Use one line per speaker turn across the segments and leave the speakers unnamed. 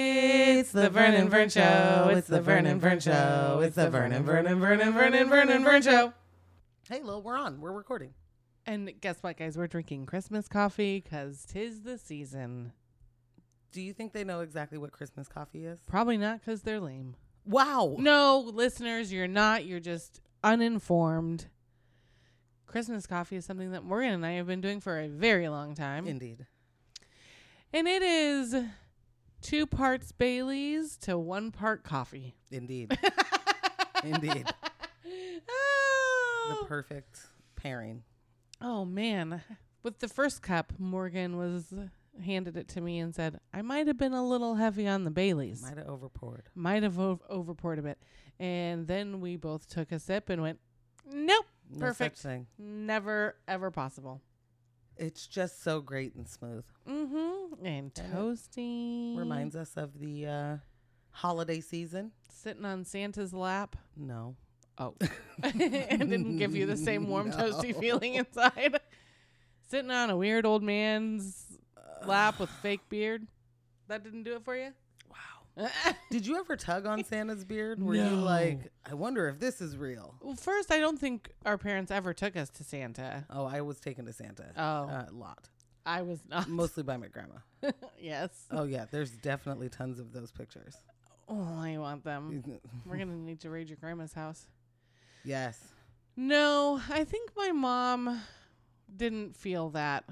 It's the Vernon Vern Show. It's the Vernon Vern Show. It's the Vernon Vernon Vernon Vernon Vernon Vern Show.
Hey, Lil, we're on. We're recording.
And guess what, guys? We're drinking Christmas coffee because tis the season.
Do you think they know exactly what Christmas coffee is?
Probably not because they're lame.
Wow.
No, listeners, you're not. You're just uninformed. Christmas coffee is something that Morgan and I have been doing for a very long time.
Indeed.
And it is two parts Bailey's to one part coffee.
Indeed. Indeed. The
Oh.
perfect pairing.
oh man. With the first cup, Morgan was handed it to me and said, "I might have been a little heavy on the Bailey's.
Might have overpoured.
Might have o- overpoured a bit." And then we both took a sip and went, "Nope,
No
Perfect.
Such thing.
never ever possible."
It's just so great and smooth.
Mm-hmm. And
And it
toasty.
Reminds us of the uh, holiday season.
sitting on Santa's lap.
No.
Oh. it didn't give you the same warm, toasty
No.
feeling inside. Sitting on a weird old man's lap with fake beard. That didn't do it for you?
Wow. Did you ever tug on Santa's beard? Were you
No.
like, I wonder if this is real?
well, first, I don't think our parents ever took us to Santa.
Oh, I was taken to Santa.
Oh,
Uh, a lot.
I was not.
Mostly by my grandma.
yes.
Oh, yeah. There's definitely tons of those pictures.
Oh, I want them. We're going to need to raid your grandma's house.
yes.
No, I think my mom didn't feel that.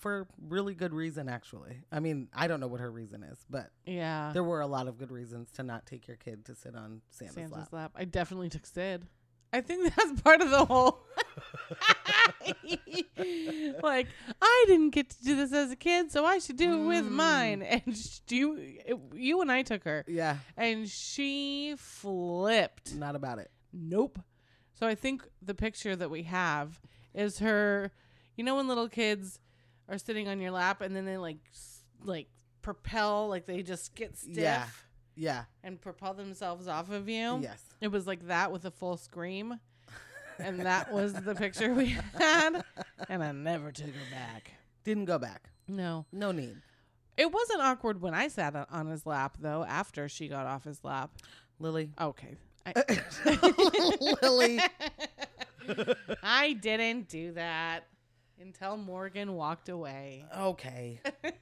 for really good reason actually i mean i don't know what her reason is but
Yeah.
there were a lot of good reasons to not take your kid to sit on santa's,
Santa's lap.
lap
I definitely took Sid. I think that's part of the whole. like I didn't get to do this as a kid, so I should do it with
Mm.
mine. And sh- do you, it- you and I took her,
yeah
and she flipped.
not about it
Nope. So I think the picture that we have is her. You know when little kids are sitting on your lap, and then they like s- like propel, like they just get stiff
Yeah. yeah
and propel themselves off of you.
yes
It was like that with a full scream. And that was the picture we had. And I never took her back.
didn't go back
No.
no need
It wasn't awkward when I sat on- on his lap, though, after she got off his lap.
lily
Okay. I,
lily
I didn't do that until Morgan walked away.
okay
Guys,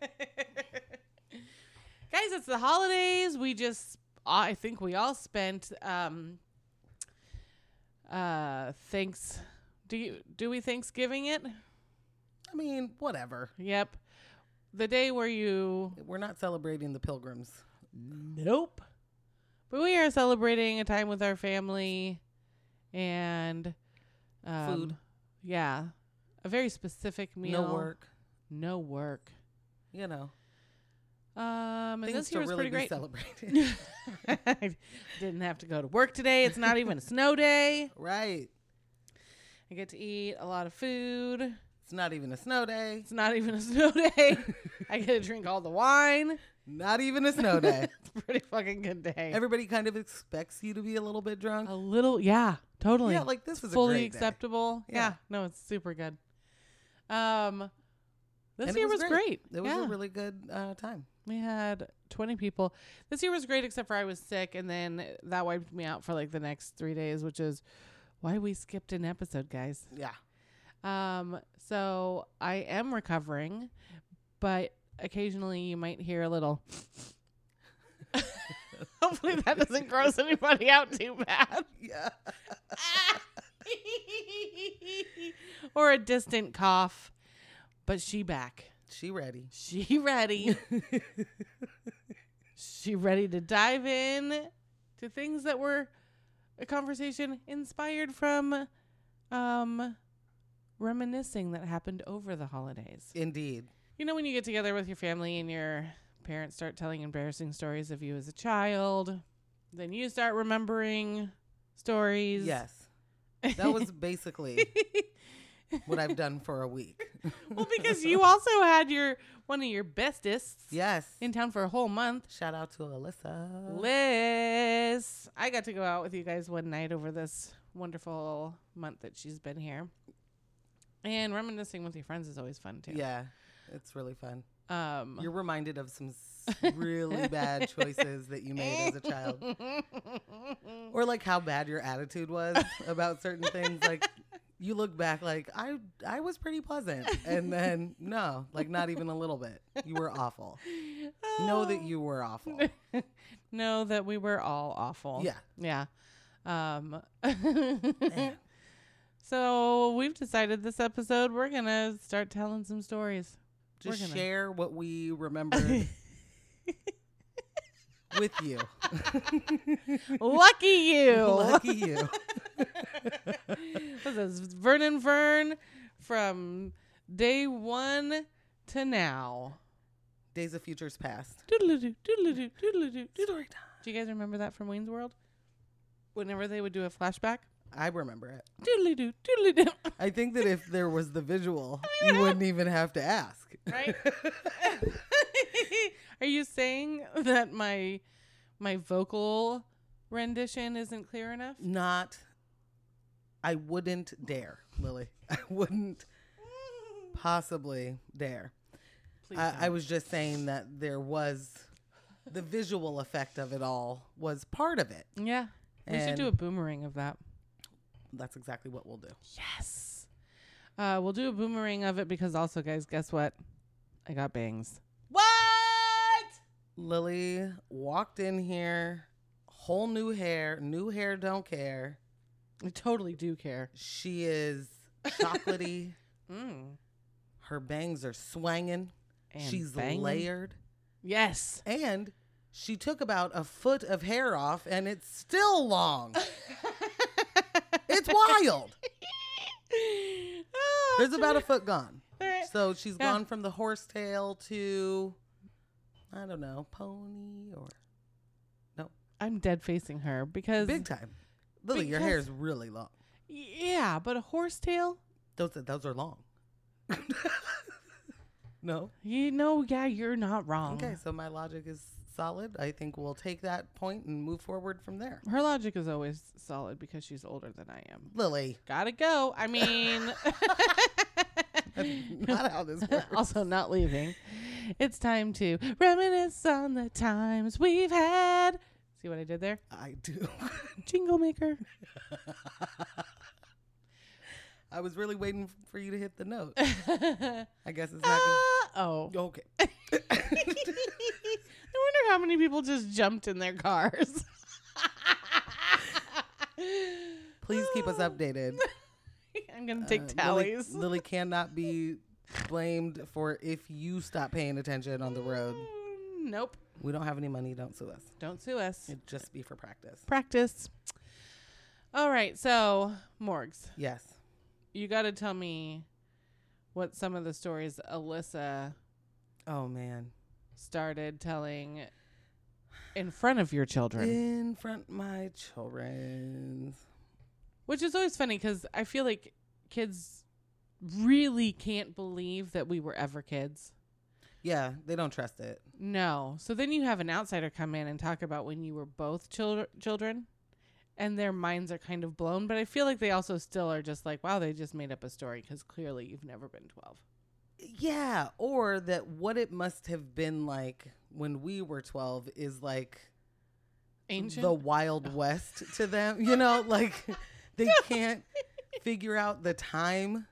it's the holidays. We just, I think we all spent um, uh, thanks. Do you do we Thanksgiving it?
i mean whatever
Yep, the day where you
we're not celebrating the pilgrims
nope, but we are celebrating a time with our family and um,
Food.
Yeah, a very specific meal.
no work
No work.
you know
Um, and
things
this
to
year was
really
pretty
be
great.
celebrated
I didn't have to go to work today. It's not even a snow day.
right
I get to eat a lot of food.
it's not even a snow day
It's not even a snow day. I get to drink all the wine.
not even a snow day
It's a pretty fucking good day.
everybody kind of expects you to be a little bit drunk
a little, yeah, totally.
yeah like this is a
fully
great day.
acceptable. Yeah.
Yeah.
no, it's super good. Um, this
And it
year
was
was, great.
It was
yeah.
a really good uh, time.
We had 20 people. This year was great, except for I was sick, and then that wiped me out for like the next three days, which is why we skipped an episode, guys.
Yeah.
Um, so I am recovering, but occasionally you might hear a little. Hopefully that doesn't gross anybody out too bad.
Yeah.
or a distant cough. But she back.
She ready.
She ready. she ready to dive in to things that were a conversation inspired from um reminiscing that happened over the holidays.
Indeed.
You know when you get together with your family and your parents start telling embarrassing stories of you as a child, then you start remembering stories.
Yes. That was basically what I've done for a week.
well, because you also had your one of your bestest
Yes. Uh-huh.
in town for a whole month.
Shout out to Alyssa.
Liz, I got to go out with you guys one night over this wonderful month that she's been here. And reminiscing with your friends is always fun too.
Yeah. It's really fun.
Um,
You're reminded of some s- really bad choices that you made as a child, or like how bad your attitude was about certain things. Like you look back, like I I was pretty pleasant, and then no, like not even a little bit. You were awful. Know that
Oh.
you were awful.
know that we were all awful.
Yeah.
Yeah. Um,
Man.
so we've decided this episode we're gonna start telling some stories. We're
Just
gonna-
share what we remembered with you.
Lucky you.
Lucky you.
this is Vernon Vern from day one to now.
Days of Futures Past.
Doodle-a-doo, doodle-a-doo, doodle-a-doo, doodle-
Story time.
Do you guys remember that from Wayne's World? Whenever they would do a flashback,
I remember it.
doodle-a-doo, doodle-a-doo,
I think that if there was the visual, you wouldn't even have to ask.
right? Are you saying that my my vocal rendition isn't clear enough?
Not. I wouldn't dare, Lily. I wouldn't possibly dare.
Please
I, I
don't.
was just saying that there was the visual effect of it all was part of it.
yeah. We should do a
And-
boomerang of that.
That's exactly what we'll do.
Yes. Uh, we'll do a boomerang of it because also, guys, guess what? I got bangs.
What? Lily walked in here, whole new hair, new hair don't care.
I totally do care.
She is chocolatey.
Mm.
Her bangs are swanging.
And
She's
banging.
layered.
Yes.
And she took about a foot of hair off and it's still long. it's wild.
Ah,
There's about a foot gone.
there-
So she's
Yeah.
gone from the horsetail to, I don't know, pony or
I'm dead facing her because
big time. Lily, your hair
because-
is really long.
yeah, but a horsetail.
Those those are long. no.
You know, yeah, you're not wrong.
Okay, so my logic is solid. I think we'll take that point and move forward from there.
Her logic is always solid because she's older than I am.
Lily,
Gotta go. I mean,
that's not how this works.
also not leaving. It's time to reminisce on the times we've had. See what I did there?
I do.
Jingle maker.
I was really waiting for you to hit the note.
uh,
I guess it's not gonna-
oh.
Okay.
I wonder how many people just jumped in their cars.
Please keep us updated.
I'm gonna take
Uh, Lily-
tallies.
Lily cannot be blamed for if you stop paying attention on the road.
Nope.
We don't have any money, don't sue us.
Don't sue us.
It'd just be for practice.
Practice. All right, so Morgs,
Yes.
you got to tell me what some of the stories Alyssa
Oh man.
started telling in front of your children,
In front my children.
which is always funny because I feel like kids really can't believe that we were ever kids.
Yeah, they don't trust it.
No. So then you have an outsider come in and talk about when you were both children, children, and their minds are kind of blown. But I feel like they also still are just like, wow, they just made up a story because clearly you've never been twelve.
Yeah, or that what it must have been like when we were 12 is like
Ancient.
the Wild West to them. You know, like they can't figure out the time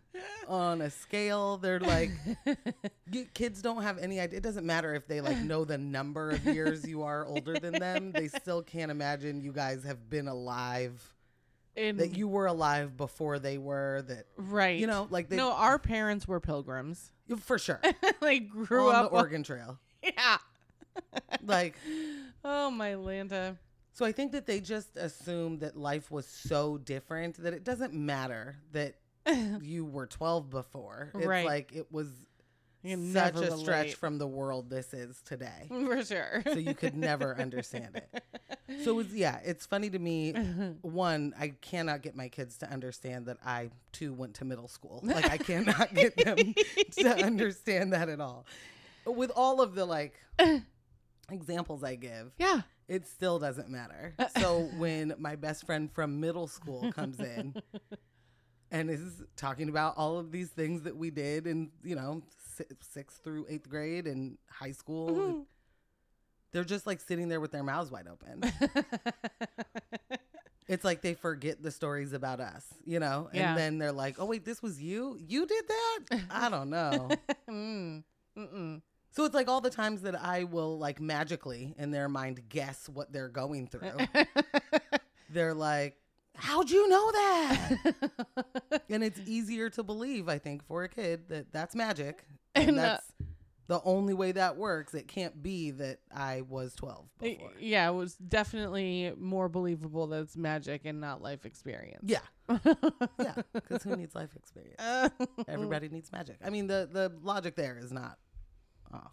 on a scale. They're like, y- kids don't have any idea. It doesn't matter if they like know the number of years you are older than them. They still can't imagine you guys have been alive,
in,
that you were alive before they were, that,
right.
you know, like they,
no, our parents were pilgrims.
for sure,
like grew
on the
up.
Oregon Trail.
yeah.
Like,
Oh my Lanta.
So I think that they just assumed that life was so different that it doesn't matter that you were 12 before. It's
Right.
like it was
You can
such
never
a stretch
relate.
from the world this is today.
for sure.
So you could never understand it. So it's yeah, it's funny to me. One, I cannot get my kids to understand that I too went to middle school. Like I cannot get them to understand that at all. With all of the like examples I give,
yeah.
it still doesn't matter. So when my best friend from middle school comes in and is talking about all of these things that we did in you know si- sixth through eighth grade and high school.
Mhm.
They're just like sitting there with their mouths wide open. it's like they forget the stories about us, you know, and
Yeah.
then they're like, "Oh wait, this was you? You did that? I don't know."
Mm. Mm-mm.
so it's like all the times that I will like magically in their mind guess what they're going through. they're like, "How'd you know that?" and it's easier to believe, I think, for a kid that that's magic. And,
And, uh,
that's the only way that works. It can't be that I was 12
Y-
before.
yeah, it was definitely more believable that it's magic and not life experience.
Yeah. Yeah. Because who needs life experience? Everybody needs magic. I mean, the, the logic there is not off.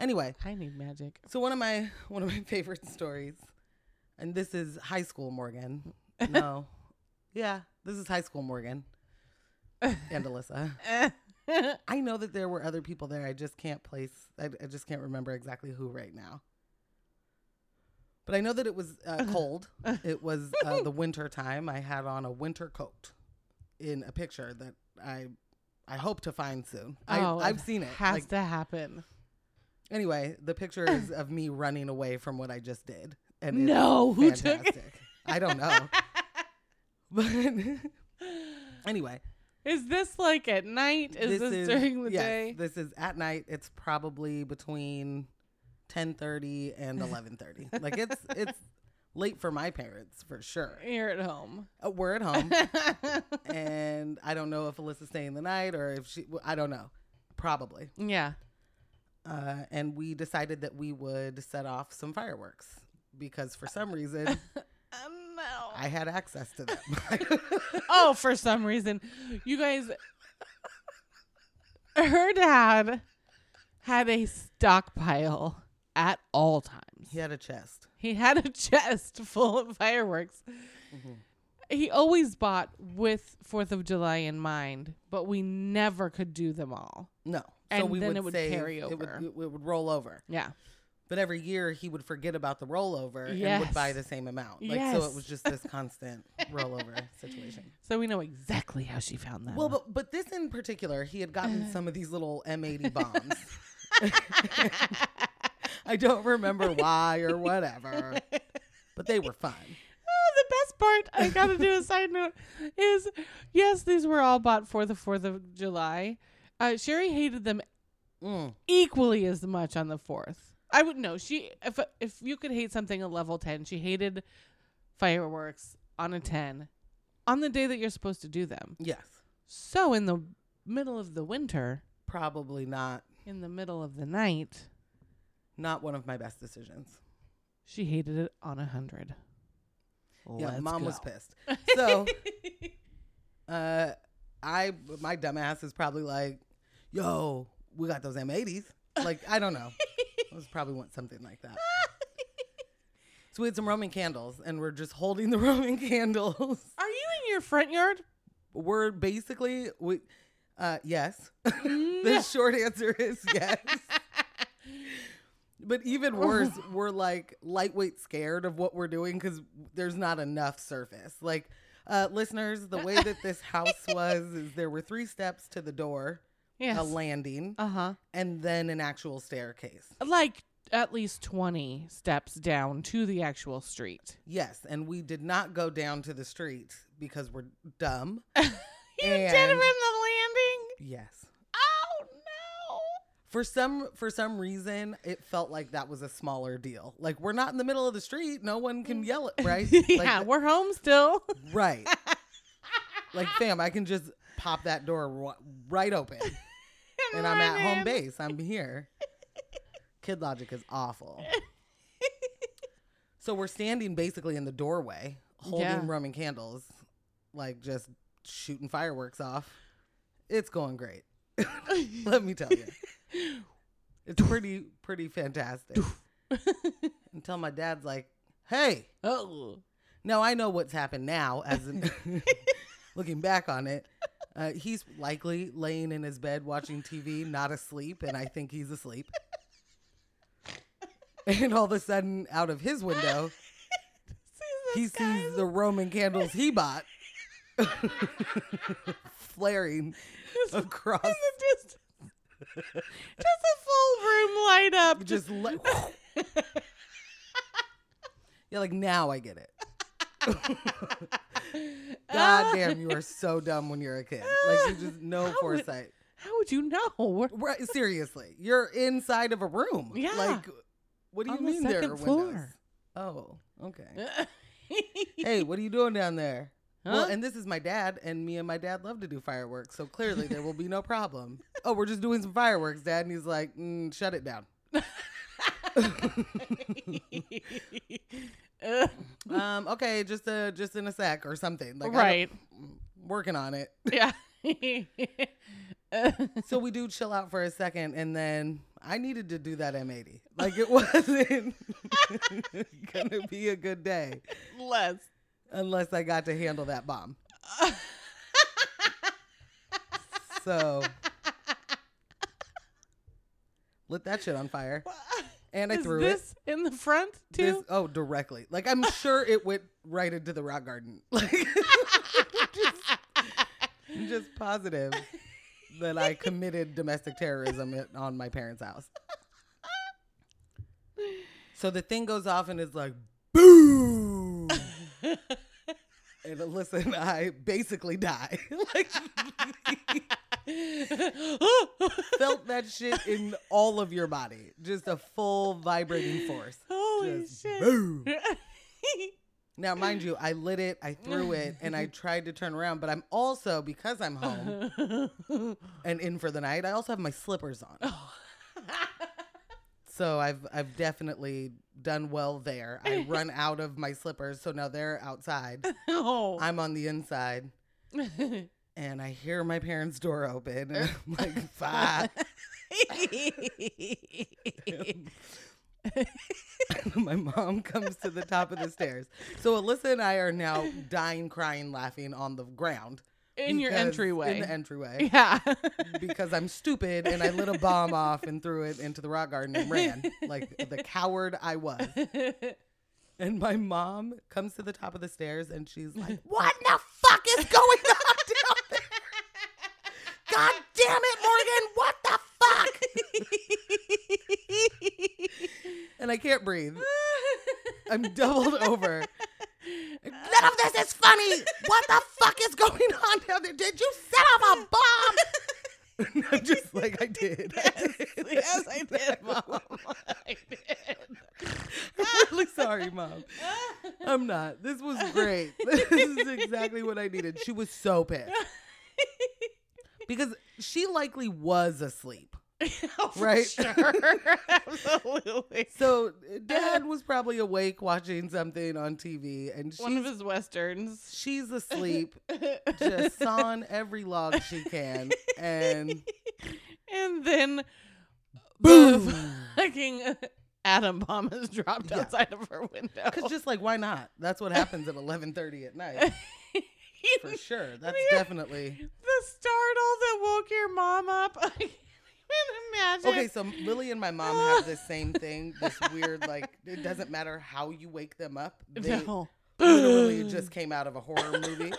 Anyway,
I need magic.
so one of my one of my favorite stories, and this is high school Morgan. No, yeah, this is high school Morgan and Alyssa. I know that there were other people there. I just can't place. I, I just can't remember exactly who right now. But I know that it was uh, cold. it was uh, the winter time. I had on a winter coat in a picture that I I hope to find soon.
Oh,
I, I've
it
seen it.
Has
Like,
to happen.
anyway, the picture is of me running away from what I just did. And it's
No, who took it?
fantastic. I don't know. But anyway,
Is this like at night? Is this, during the
yes,
day?
This is at night. It's probably between ten thirty and eleven thirty. like it's it's late for my parents for sure.
You're at home.
Uh, we're at home, and I don't know if Alyssa's staying the night or if she. I don't know. Probably.
yeah.
Uh, and we decided that we would set off some fireworks because for some reason
Um, no.
I had access to them.
oh, for some reason, you guys, her dad had a stockpile at all times.
he had a chest.
He had a chest full of fireworks.
Mm-hmm.
He always bought with Fourth of July in mind, but we never could do them all.
No.
And then it would
save-
carry
It would,
over.
it would roll over.
Yeah.
But every year he would forget about the rollover and would
Yes.
buy the same amount. Like so it
Yes.
was just this constant rollover situation.
So we know exactly how she found them.
Well, but but this in particular, he had
Uh-huh.
gotten some of these little M80 bombs. I don't remember why or whatever. But they were fun.
Oh, the Oh, best part, I gotta do a side note, is yes, these were all bought for the 4th of July. Uh, Sherry hated them
Mm.
equally as much on the 4th. I would know. She if if you could hate something a level 10, she hated fireworks on a 10 on the day that you're supposed to do them.
Yes.
So in the middle of the winter,
Probably not
in the middle of the night,
not one of my best decisions.
she hated it on a 100.
yeah,
Let's
mom was
go.
pissed. So uh I my dumbass is probably like, yo, we got those M80s. Like, I don't know. it was probably want something like that. So we had some Roman candles and we're just holding the Roman candles.
Are you in your front yard?
We're basically we uh yes. the short answer is yes. But even worse,
Oh.
we're like lightweight scared of what we're doing because there's not enough surface. Like, uh, listeners, the way that this house was is there were three steps to the door,
Yes.
a landing,
uh-huh.
and then an actual staircase.
like at least 20 steps down to the actual street.
Yes, and we did not go down to the street because we're dumb.
You
And-
did him the landing?
Yes.
Oh no.
For some for some reason, it felt like that was a smaller deal. Like we're not in the middle of the street, no one can yell it, right?
Mm. yeah, we're home still.
Like, right. like fam, I can just pop that door ri- right open, and I'm at home
Running.
base. I'm here. Kid logic is awful. So we're standing basically in the doorway, holding
Yeah.
Roman candles, like just shooting fireworks off. It's going great. Let me tell you. It's pretty pretty fantastic. Until my dad's like, "Hey,
Oh.
now I know what's happened now as an, looking back on it. Uh, he's likely laying in his bed watching TV, not asleep, and I think he's asleep. And all of a sudden, out of his window,
See
he
this guy?
sees the Roman candles he bought flaring across,
just, just a full room light up. Just,
just like you're like now I get it. God damn, you are so dumb when you're a kid. Like you just no
How would-
foresight.
How would you know?
Right, seriously, you're inside of a room.
Yeah.
Like, what do you
On the
mean there are
second
windows?
floor.
Oh, okay.
huh?
hey, what are you doing down there? Well, and this is my dad, and me and my dad love to do fireworks, so clearly there will be no problem. Oh, we're just doing some fireworks, dad, and he's like, mm, shut it down.
Ugh.
um, okay, just uh, just in a sec or something. Like, I don't-
right.
working on it.
Yeah. Uh,
so we do chill out for a second, and then I needed to do that M80. Like it wasn't gonna be a good day
Less.
unless I got to handle that bomb. So lit that shit on fire, and I
Is
threw it.
this in the front
This-
too?
oh, directly. Like I'm sure it went right into the rock garden. Like I'm just positive that I committed domestic terrorism at- on my parents' house. So the thing goes off and it's like boom. and Alyssa and I basically die. like felt that shit in all of your body. Just a full vibrating force.
Holy
Just
shit.
boom. Now, mind you, I lit it, I threw it, and I tried to turn around, but I'm also, because I'm
Uh-huh.
home and in for the night, I also have my slippers on. So I've I've definitely done well there. I run out of my slippers, so now they're outside.
oh.
I'm on the inside, and I hear my parents' door open. And I'm like, fuck. my mom comes to the top of the stairs. So Alyssa and I are now dying, crying, laughing on the ground.
in your
because-
entryway.
In the entryway.
yeah.
because I'm stupid and I lit a bomb off and threw it into the rock garden and ran like the coward I was. And my mom comes to the top of the stairs and she's like, "What in the fuck is going on down there? God damn it, Morgan! What the fuck?" And I can't breathe. I'm doubled over. None of this is funny. What the fuck is going on down there? Did you set off a bomb? And I'm just like I did.
yes, yes, I did, Mom. I
I'm really sorry, mom.
did.
I'm not. This was great. this is exactly what I needed. She was so pissed because she likely was asleep.
Oh, for
Right?
Sure. Absolutely.
So uh, dad was probably awake watching something on TV, and
One of
she's
his westerns.
she's asleep, just sawing every log she can, and
and then
boom.
fucking atom bomb is dropped
Yeah.
outside of her window.
Cause just like why not? That's what happens at 11:30 at night for sure. That's
Yeah.
definitely
the startle that woke your mom up. I can't even imagine.
Okay, so Lily and my mom have this same thing. This weird, like, it doesn't matter how you wake them up. They
No.
literally just came out of a horror movie.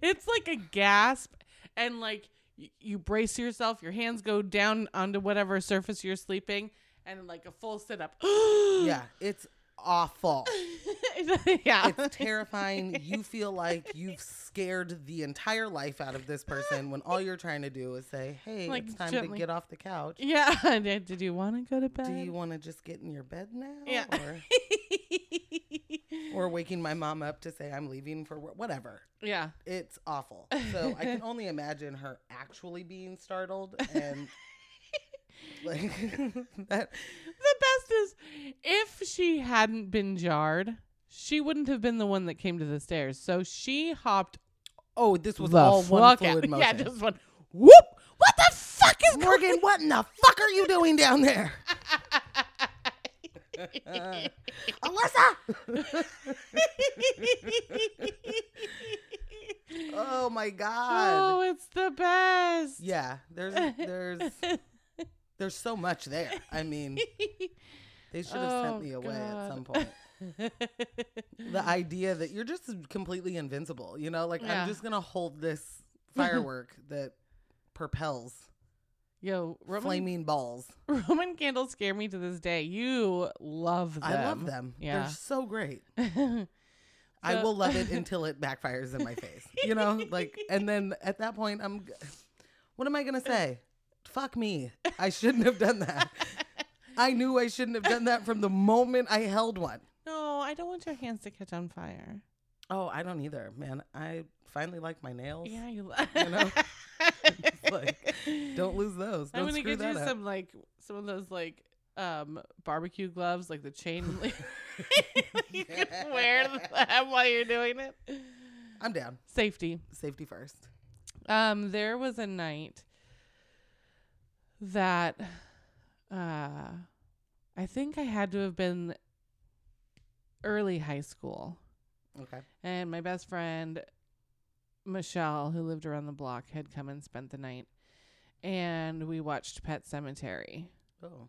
it's like a gasp and like y- you brace yourself your hands go down onto whatever surface you're sleeping and like a full sit up
Yeah, it's awful.
yeah
It's terrifying. You feel like you've scared the entire life out of this person when all you're trying to do is say, hey,
Like,
it's time to
gently.
get off the couch.
yeah And then, did you want to go to bed
Do you want to just get in your bed now?
Yeah.
Or, or waking my mom up to say, I'm leaving for wh- whatever.
yeah
It's awful. So I can only imagine her actually being startled and like that.
the best is if she hadn't been jarred she wouldn't have been the one that came to the stairs so she hopped
Oh, this was
the
all one
fuck
fluid
out.
motion.
yeah just one whoop what the fuck is going
Morgan, what in the fuck are you doing down there? Alyssa! Oh my god.
Oh, it's the best.
Yeah, there's there's there's so much there. I mean, they should have
Oh,
sent me away at
God.
some point. the idea that you're just completely invincible. You know, like
Yeah.
I'm just gonna hold this firework that propels
Yo, Roman,
flaming balls.
Roman candles scare me to this day. You love them.
I love them.
Yeah.
They're so great.
them.
I
So-
will love it until it backfires in my face. You know, like, and then at that point, I'm. g- What am I gonna say? Fuck me. I shouldn't have done that. I knew I shouldn't have done that from the moment I held one.
no, I don't want your hands to catch on fire.
Oh, I don't either, man. I finally like my nails.
Yeah, you love.
You know? like, Don't lose those.
I'm
Don't
gonna
screw
get you
that up.
some like some of those like um barbecue gloves, like the chain. like, you can wear them while you're doing it.
I'm down.
Safety.
Safety first.
Um, there was a night that uh I think I had to have been early high school.
Okay.
And my best friend, Michelle, who lived around the block, had come and spent the night. And we watched Pet Cemetery.
Oh,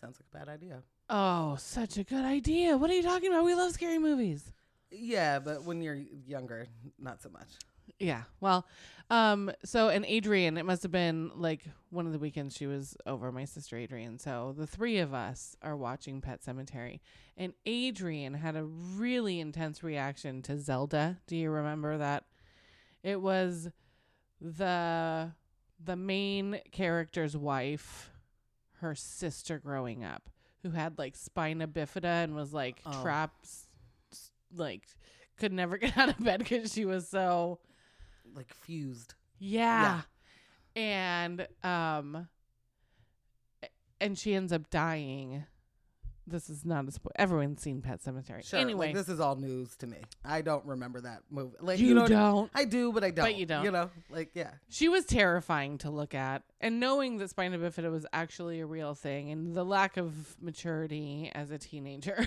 sounds like a bad idea.
Oh, such a good idea. What are you talking about? We love scary movies.
Yeah, but when you're younger, not so much.
Yeah. Well, um, so and Adrian, it must have been like one of the weekends she was over, my sister Adrian. So the three of us are watching Pet Cemetery. And Adrian had a really intense reaction to Zelda. Do you remember that? It was the the main character's wife, her sister growing up, who had like spina bifida and was like
Oh.
traps s- like could never get out of bed because she was so
Like fused.
yeah. And um a- and she ends up dying. This is not a spoiler. Everyone's seen Pet Cemetery.
Sure.
anyway,
like, this is all news to me. I don't remember that movie. Like,
you,
you, know,
don't.
I do, but I don't.
you don't.
You know, like yeah.
She was terrifying to look at. And knowing that spina bifida was actually a real thing and the lack of maturity as a teenager.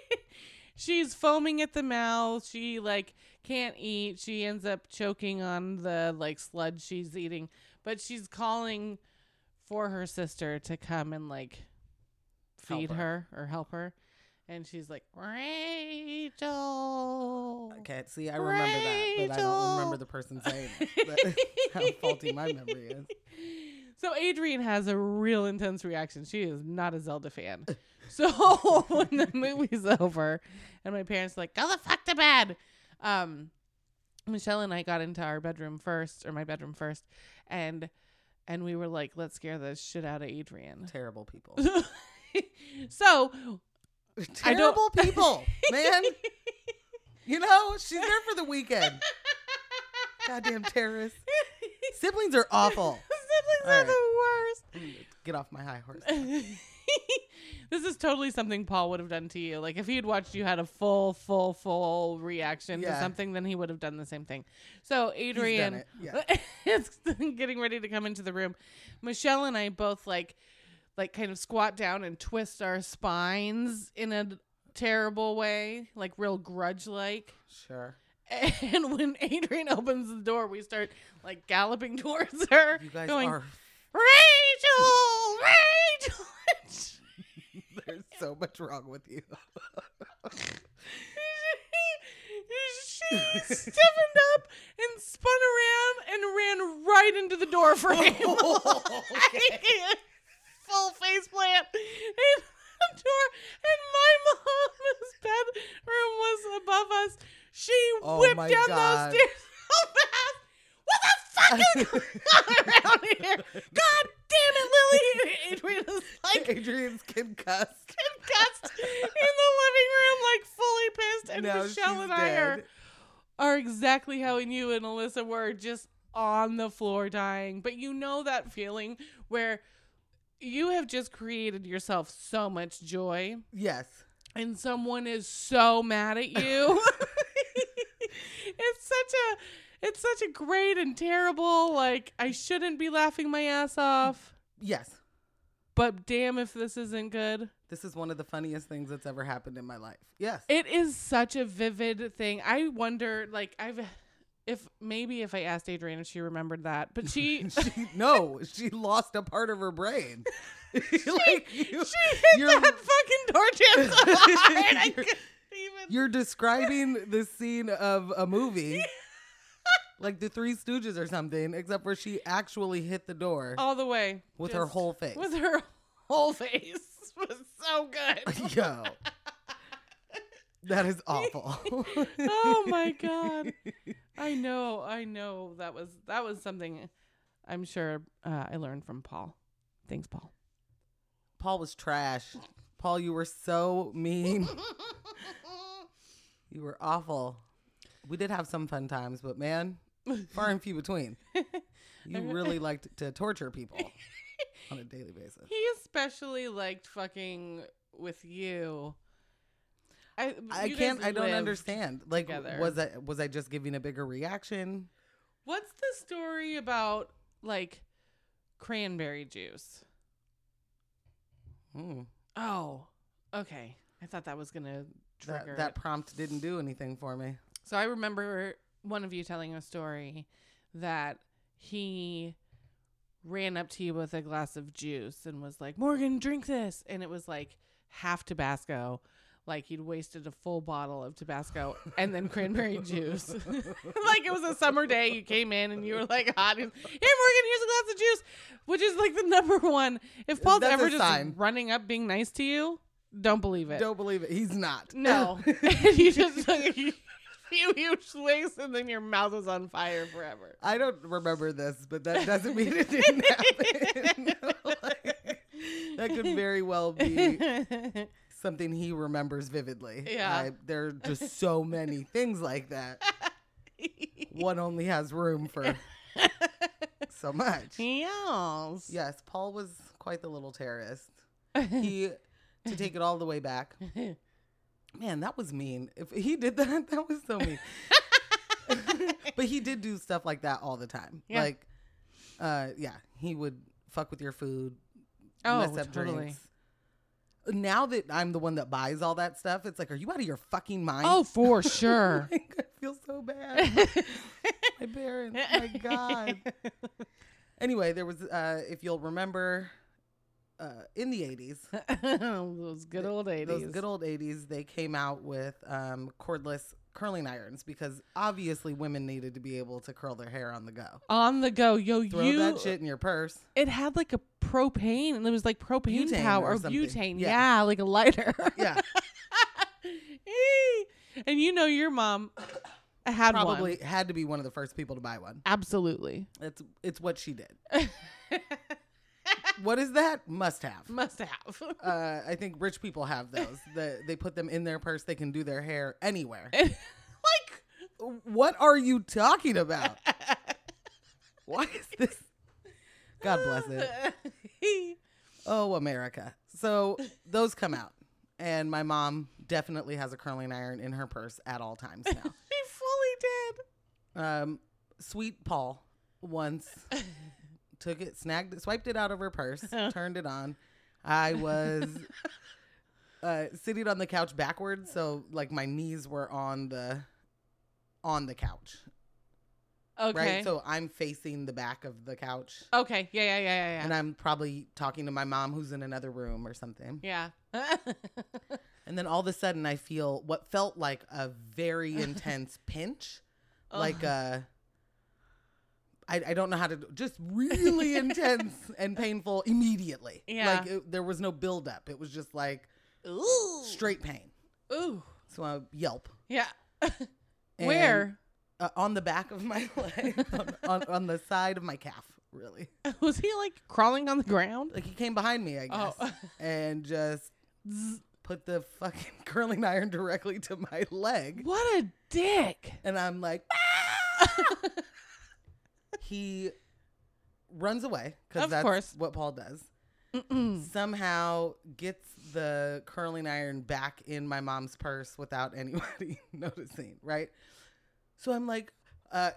She's foaming at the mouth. She like can't eat. She ends up choking on the like sludge she's eating, but she's calling for her sister to come and like
Help
feed her.
her.
or help her. And she's like, "Rachel."
Okay. See, I remember that, but I don't remember
Rachel.
the person saying it. That's how faulty my memory is.
So Adrian has a real intense reaction. She is not a Zelda fan. So when the movie's over, and my parents are like, "Go the fuck to bed," um, Michelle and I got into our bedroom first, or my bedroom first, and and we were like, "Let's scare the shit out of Adrian."
Terrible people.
so I don't-
Terrible people, man. You know, she's there for the weekend. Goddamn terrorists. Siblings are awful.
siblings
All
are
right. Get off my high horse.
the worst. this is totally something Paul would have done to you. Like if he had watched you had a full, full, full reaction to
Yeah.
something, then he would have done the same thing. So
He's done
Adrian
it. Yeah.
is getting ready to come into the room. Michelle and I both like like kind of squat down and twist our spines in a terrible way, like real grudge like.
Sure.
And when Adrian opens the door, we start like galloping towards her.
You guys
going,
are
Rachel, Rachel.
there's so much wrong with you.
she stiffened up and spun around and ran right into the door frame. Like, Full face plant in the door, and my mom's bedroom was above us. She
Oh
whipped
my
down
God.
those stairs so fast. What the fuck is going on around here? God damn it, Lily! Adriana's like
Adrian's concussed.
concussed in the living room, like fully pissed. And
Now
Michelle
she's
and I are,
dead.
are exactly how you and Alyssa were, just on the floor dying. But you know that feeling where you have just created yourself so much joy,
Yes.
and someone is so mad at you. it's such a it's such a great and terrible like I shouldn't be laughing my ass off,
Yes.
but damn if this isn't good.
This is one of the funniest things that's ever happened in my life. Yes.
It is such a vivid thing. I wonder, like, I've if maybe if I asked Adrienne if she remembered that, but she
she no, she lost a part of her brain. like you,
She hit
you're-
that fucking door jam so hard. I
You're-
couldn't even.
you're describing the scene of a movie. Like the Three Stooges or something, except where she actually hit the door
all the way
with her
just-
whole face.
With her whole face was so good.
Yo, that is awful.
oh my god. I know. I know that was that was something. I'm sure uh, I learned from Paul. Thanks, Paul.
Paul was trash. Paul, you were so mean. You were awful. We did have some fun times, but man, far and few between. You really liked to torture people on a daily basis.
He especially liked fucking with you. I
I
you guys
can't. I don't
lived.
understand. Like,
together.
was I was I just giving a bigger reaction?
What's the story about like cranberry juice?
Hmm.
Oh, okay. I thought that was gonna trigger
That, that
it.
prompt didn't do anything for me.
So I remember one of you telling a story that he ran up to you with a glass of juice and was like, "Morgan, drink this," and it was like half Tabasco. Like he'd wasted a full bottle of Tabasco and then cranberry juice. like it was a summer day, you came in and you were like hot. He's, Here, Morgan, here's a glass of juice, which is like the number one. If Paul's
That's
ever
a
just
sign.
running up being nice to you, don't believe it.
Don't believe it. He's not.
No. and you just took a huge- few huge swings and then your mouth was on fire forever.
I don't remember this, but that doesn't mean it didn't happen. Like, that could very well be something he remembers vividly.
Yeah.
I, there are just so many things like that. One only has room for so much.
yes.
Yes, Paul was quite the little terrorist. He, to take it all the way back, man, that was mean. If he did that, that was so mean. but he did do stuff like that all the time.
Yeah.
Like, uh, yeah, he would fuck with your food,
Oh,
mess up
totally.
drinks. Now that I'm the one that buys all that stuff, it's like, are you out of your fucking mind?
Oh, for sure.
Like, I feel so bad. my parents, Oh my God. Anyway, there was, uh, if you'll remember, uh, in the 80s,
Those good old 80s.
those good old 80s, they came out with um, cordless curling irons because obviously women needed to be able to curl their hair on the go.
on the go. Yo,
Throw
you.
that shit in your purse.
It had like a propane and it was like propane
Butane
power
or
or
something.
butane.
Yeah.
yeah, like a lighter.
Yeah,
Eee. and you know your mom had one.
probably had to be one of the first people to buy one.
Absolutely.
It's it's what she did. what is that? Must have.
Must have.
Uh, I think rich people have those. The, they put them in their purse. They can do their hair anywhere.
like
What are you talking about? Why is this? God bless it. Oh, America. So those come out. And my mom definitely has a curling iron in her purse at all times now.
he fully
um, sweet Paul once took it, snagged it, swiped it out of her purse, turned it on. I was uh, sitting on the couch backwards, so like my knees were on the on the couch,
did. Okay.
right? So I'm facing the back of the couch,
okay. Yeah. Yeah. Yeah. Yeah.
and I'm probably talking to my mom who's in another room or something.
Yeah. yeah.
And then all of a sudden, I feel what felt like a very intense pinch,
Uh-huh.
like a. I, I don't know how to just really intense and painful immediately.
Yeah.
like it, there was no buildup. It was just like
Ooh.
straight pain.
Ooh.
So I yelp.
Yeah.
And,
Where
Uh, on the back of my leg, on, on, on the side of my calf, really.
was he like crawling on the ground?
Like he came behind me, I guess,
Oh.
and just put the fucking curling iron directly to my leg.
What a dick.
And I'm like,
"Ah!"
he runs away because
Of
that's
course.
what Paul does.
Mm-mm.
Somehow gets the curling iron back in my mom's purse without anybody noticing, right? So I'm like, uh,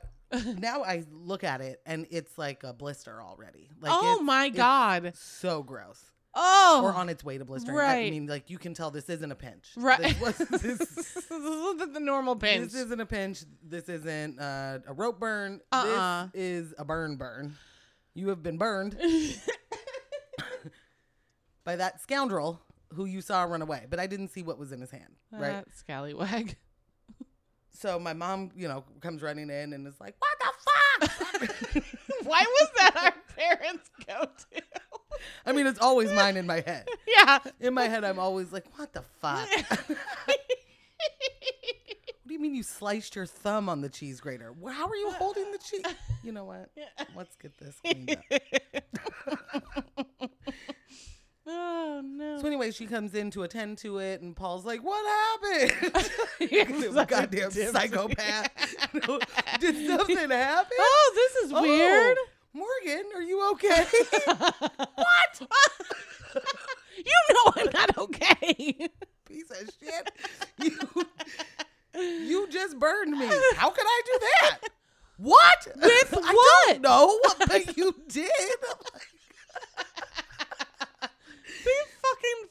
now I look at it and it's like a blister already. Like,
oh
it's
my god.
so gross. Or
Oh.
on its way to blistering. I
right.
mean, like you can tell this isn't a pinch.
Right.
This, was, this
this isn't the normal pinch.
this isn't a pinch. This isn't uh, a rope burn.
Uh-uh.
This is a burn burn. You have been burned. by that scoundrel who you saw run away, but I didn't see what was in his hand, right?
That scallywag.
So my mom, you know, comes running in and is like, "What the fuck?"
Why was that our parents go to?
I mean, it's always mine in my head.
yeah.
In my head, I'm always like, "What the fuck?" What do you mean you sliced your thumb on the cheese grater? Wh- How are you holding the cheese? You know what? Let's get this cleaned up.
oh no.
So anyway, she comes in to attend to it, and Paul's like, "What happened? Little goddamn psychopath! Did something happen?
Oh, this is
Oh,
weird.
Morgan, are you okay?
what? you know I'm not okay.
Piece of shit! You, you just burned me. How could I do that? What? With I don't
what?
know, but you did.
you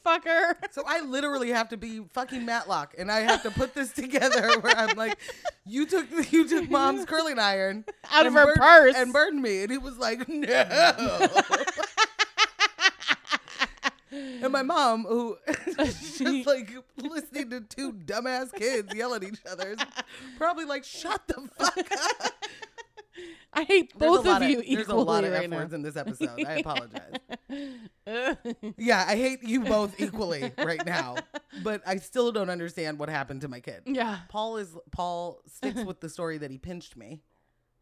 fucking fucker.
So I literally have to be fucking Matlock, and I have to put this together where I'm like, you took you took mom's curling iron
Out of
and
her
burned-
purse.
and burned me, and he was like, no. and my mom, who is just like listening to two dumbass kids yell at each other, is probably like, shut the fuck up.
I hate
There's
both
a lot
of you
There's
equally
a lot of
right
F
now.
words in this episode. I apologize. Yeah, I hate you both equally right now, but I still don't understand what happened to my kid.
yeah.
Paul is Paul sticks with the story that he pinched me,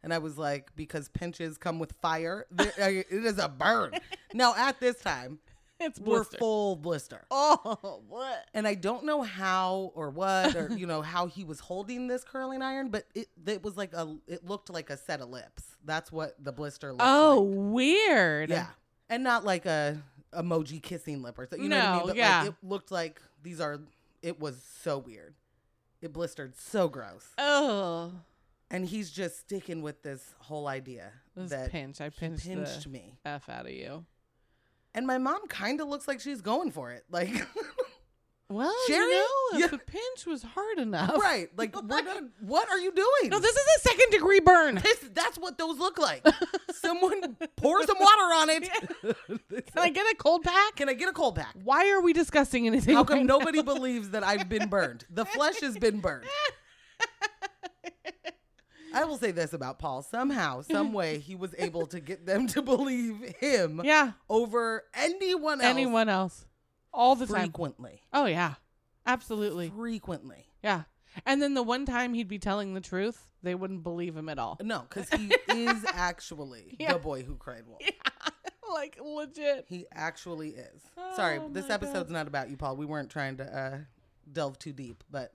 and I was like, because pinches come with fire. There- I- it is a burn. Now at this time,
It's
we're
blister.
full blister,
Oh, what?
and I don't know how or what or you know how he was holding this curling iron, but it it was like a it looked like a set of lips. That's what the blister looked
Oh,
like.
weird.
Yeah. And not like a emoji kissing lip or something. You know what I
No,
mean? But
yeah.
like it looked like these are it was so weird. It blistered so gross.
Oh,
And he's just sticking with this whole idea
this
that
pinch. I
he
pinched,
pinched
the
me.
f out of you.
And my mom kind of looks like she's going for it. Like
Well,
Jerry?
you know, if
Yeah.
the pinch was hard enough,
right. Like we're not, what are you doing?
No, this is a second degree burn.
this that's what those look like. Someone pour some water on it.
Can I get a cold pack?
Can I get a cold pack?
Why are we discussing anything?
How come
right
nobody believes that I've been burned? The flesh has been burned. I will say this about Paul. Somehow, some way, he was able to get them to believe him
now? Yeah.
over anyone else.
Anyone else? All the time.
frequently,
Oh yeah, absolutely.
frequently.
Yeah. And then the one time he'd be telling the truth, they wouldn't believe him at all.
No, because he is actually
Yeah.
the boy who cried wolf.
like legit.
He actually is. Sorry,
Oh
this
my
episode's not about you, Paul. We weren't trying to uh, delve too deep, but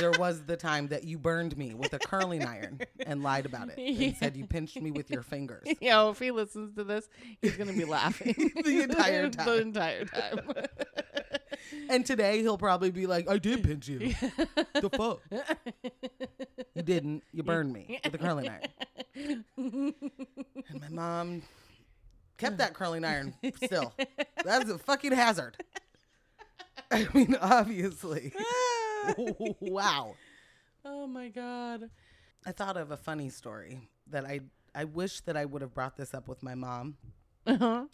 there was the time that you burned me with a curling iron and lied about it and said you pinched me with your fingers.
You know, if he listens to this, he's gonna be laughing
The entire
the
time.
entire time.
And today he'll probably be like, I did pinch you. the fuck? You didn't. You burned me with a curling iron. And my mom kept that curling iron still. That's a fucking hazard. I mean, obviously. wow.
oh my god.
I thought of a funny story that I I wish that I would have brought this up with my mom
Uh-huh.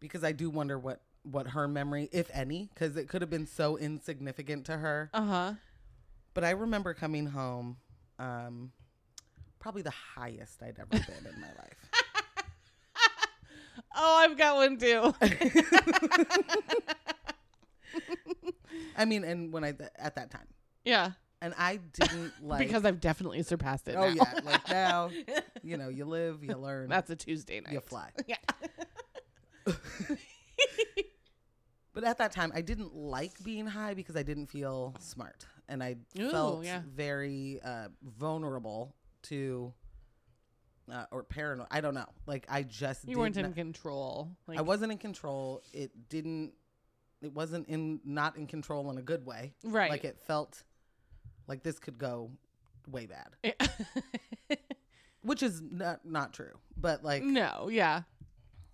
because I do wonder what what her memory, if any, because it could have been so insignificant to her.
Uh huh.
But I remember coming home, um, probably the highest I'd ever been in my life.
Oh, I've got one too.
I mean, and when I at that time,
yeah,
and I didn't like
because I've definitely surpassed it.
oh
now.
yeah, like now, you know, you live, you learn,
that's a Tuesday night.
you fly.
Yeah.
But at that time, I didn't like being high because I didn't feel smart, and I
Ooh,
felt
yeah.
very uh, vulnerable to uh, or paranoid. I don't know. Like I just
You
did
weren't
not-
in control. Like,
I wasn't in control. It didn't. It wasn't in not in control in a good way.
right.
Like it felt like this could go way bad, which is not not true. But like
no. Yeah.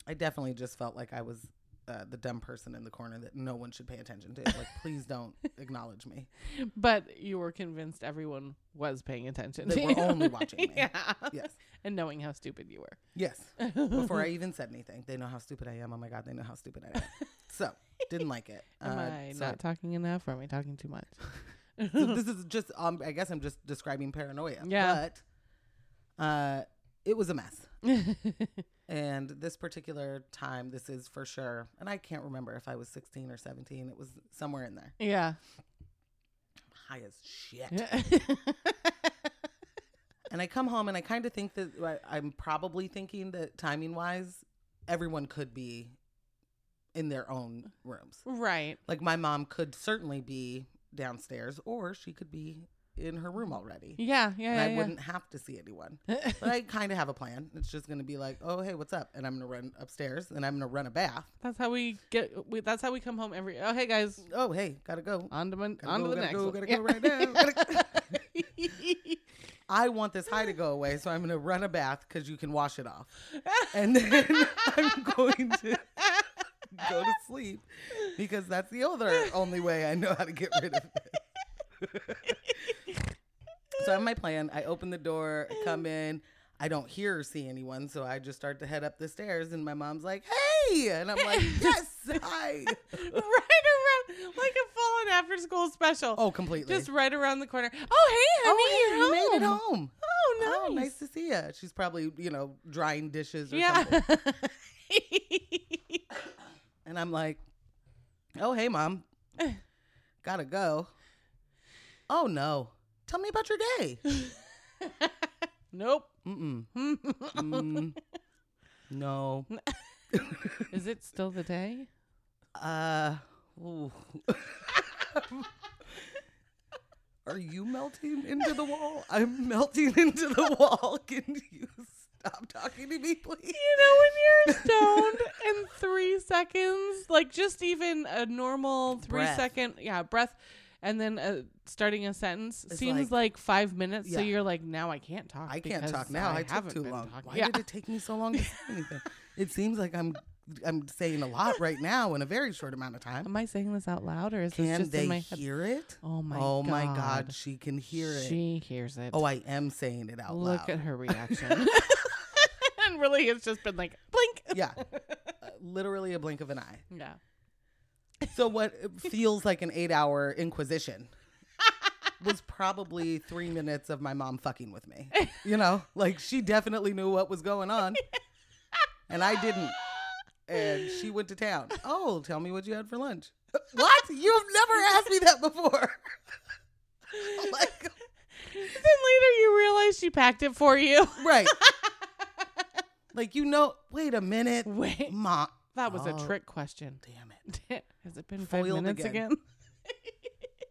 I definitely just felt like I was uh, the dumb person in the corner that no one should pay attention to. Like please don't acknowledge me.
But you were convinced everyone was paying attention.
They
to
were
you.
only watching me.
yeah.
Yes.
And knowing how stupid you were.
Yes. Before I even said anything, they know how stupid I am. Oh my god, they know how stupid I am. So didn't like it.
Am
Uh,
I
so
not talking enough or am I talking too much?
so this is just um I guess I'm just describing paranoia.
Yeah.
But uh it was a mess. And this particular time, this is for sure, and I can't remember if I was 16 or 17. It was somewhere in there.
yeah.
High as shit. And I come home and I kind of think that I- I'm probably thinking that timing wise, everyone could be in their own rooms.
right.
Like my mom could certainly be downstairs or she could be in her room already.
Yeah. Yeah.
And I
yeah, yeah.
wouldn't have to see anyone. But I kind of have a plan. It's just going to be like, oh, hey, what's up? And I'm going to run upstairs and I'm going to run a bath.
that's how we get. We, that's how we come home every. Oh, hey guys,
Oh, hey, got to go.
on to, mon-
Gotta
on
go,
to the
gotta
next.
go,
one.
gotta
Yeah.
go right now. I want this high to go away, so I'm going to run a bath because you can wash it off. And then I'm going to go to sleep because that's the other only way I know how to get rid of it. so I have my plan. I open the door, I come in. I don't hear or see anyone, so I just start to head up the stairs, and my mom's like, "Hey!" and I'm like, "Yes, hi."
right around like a fallen after school special.
Oh, completely.
just right around the corner. Oh, hey, honey, you're
oh, hey, you
home.
made it home.
Oh,
Oh,
nice.
nice to see you. She's probably, you know, drying dishes or something.
yeah.
And I'm like, oh, hey, mom. Gotta go. Oh, no. Tell me about your day.
nope.
Mm-mm. Mm. No.
Is it still the day?
Uh, ooh. Are you melting into the wall? I'm melting into the wall. Can you stop talking to me, please?
You know, when you're stoned in three seconds, like just even a normal three
Breath.
second, yeah, breath, and then uh, starting a sentence
It's
seems like,
like-
five minutes. So
Yeah.
you're like, now I can't talk.
I can't
because
talk now. I, took
haven't
too
been
long.
talking."
Why
yeah.
did it take me so long to say anything? It seems like I'm I'm saying a lot right now in a very short amount of time.
Am I saying this out loud or is this
Can
just
they
in my head?
hear it?
Oh my
oh my
God.
god, she can hear it.
She hears it.
oh, I am saying it out
Look
loud.
at her reaction. and really, it's just been like blink.
yeah. Uh, literally a blink of an eye.
Yeah.
So what feels like an 8-hour inquisition was probably 3 minutes of my mom fucking with me. You know, like she definitely knew what was going on. And I didn't. and she went to town. Oh, tell me what you had for lunch. what? You have never asked me that before. Oh I'm like,
then later, you realize she packed it for you.
right. like you know, wait a minute.
Wait,
Ma
that was a
Oh.
trick question.
damn it.
Has it been five
Foiled
minutes
again.
again?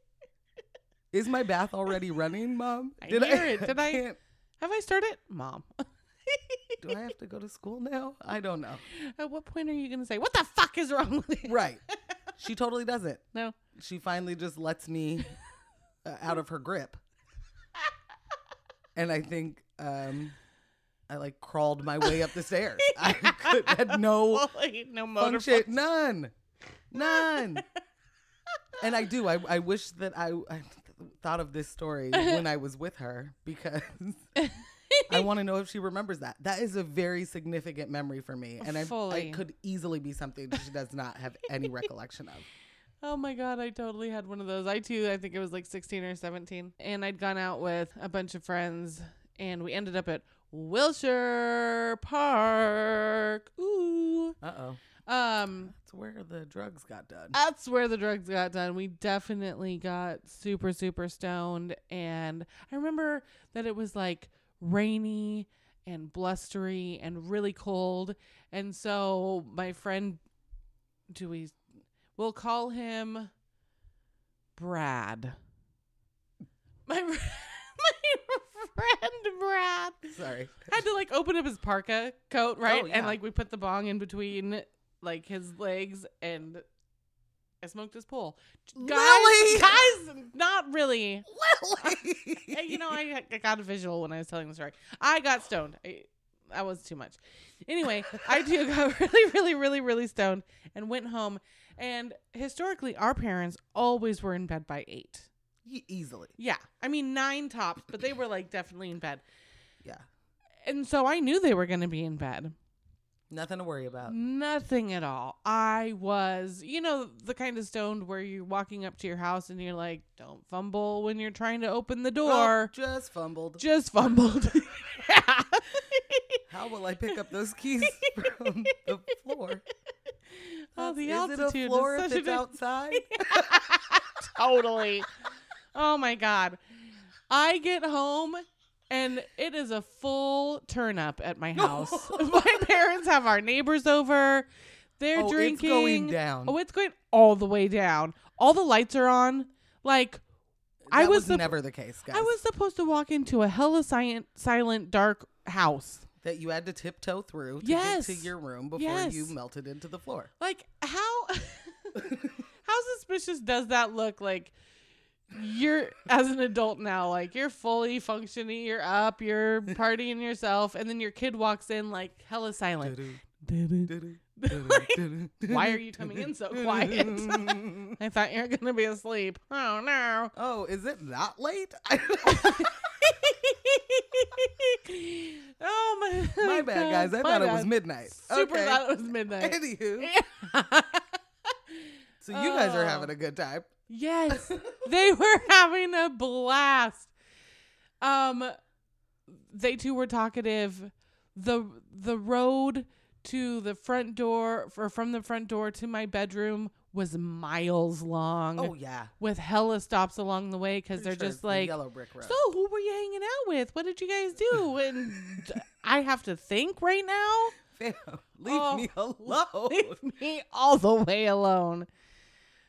Is my bath already running, Mom?
I hear it. Did I-
can't-
Have I started, Mom?
Do I have to go to school now? I don't know.
At what point are you going to say, "What the fuck is wrong with you"?
Right. She totally doesn't.
No.
She finally just lets me uh, out of her grip. And I think um, I like crawled my way up the stairs. I could, had no
Fully, no motor.
function. None. None. and I do. I, I wish that I, I thought of this story when I was with her because I want to know if she remembers that. That is a very significant memory for me. And I, I
Fully.
could easily be something she does not have any recollection of.
Oh my god, I totally had one of those. I too, I think it was like 16 or 17, and I'd gone out with a bunch of friends, and we ended up at Wilshire Park. Ooh,
Uh oh.
um,
That's where the drugs got done.
that's where the drugs got done. We definitely got super super stoned, and I remember that it was like rainy and blustery and really cold, and so my friend, do we, we'll call him Brad. My my friend Brad
Sorry.
had to like open up his parka coat, right?
Oh,
And
yeah.
like we put the bong in between like his legs and I smoked his pole. Guys,
Lily!
guys, not really.
Lily!
Hey, you know, I, I got a visual when I was telling the story. I got stoned. I, that was too much. Anyway, I do got really, really, really, really stoned and went home. And historically, our parents always were in bed by eight.
E- easily.
Yeah. I mean, nine tops, but they were like definitely in bed.
Yeah.
And so I knew they were going to be in bed.
Nothing to worry about.
Nothing at all. I was, you know, the kind of stoned where you're walking up to your house and you're like, don't fumble when you're trying to open the door.
Oh, just fumbled.
Just fumbled. yeah.
How will I pick up those keys from the floor?
Oh, the
is
altitude
it a floor
is
if
such a
it's
big-
outside?
totally. Oh my god. I get home and it is a full turn up at my house. my parents have our neighbors over. They're
oh,
drinking.
it's going down.
Oh, it's going all the way down. All the lights are on. Like I
That
was
was
the-
never the case, guys.
I was supposed to walk into a hella silent, silent dark house.
that you had to tiptoe through to
Yes.
get to your room before you
Yes.
melted into the floor.
Like how how suspicious does that look like you're as an adult now like you're fully functioning you're up you're partying yourself and then your kid walks in like hella silent why are you coming in so quiet? i thought you were gonna be asleep oh no
oh, is it that late? I-
oh my
My bad, guys. I
My
thought it was
bad.
midnight.
super
okay.
thought it was midnight
Anywho, so you guys are having
Oh.
a good time.
Yes, they were having a blast. Um, they too were talkative. the The road to the front door, or from the front door to my bedroom, was miles long.
Oh yeah,
with hella stops along the way because
Pretty
Mm.
sure
they're
it's
just
the
like,
yellow brick road.
"So, who were you hanging out with? What did you guys do?" And I have to think right now.
Fam, leave
Oh.
me alone.
Leave me all the way alone.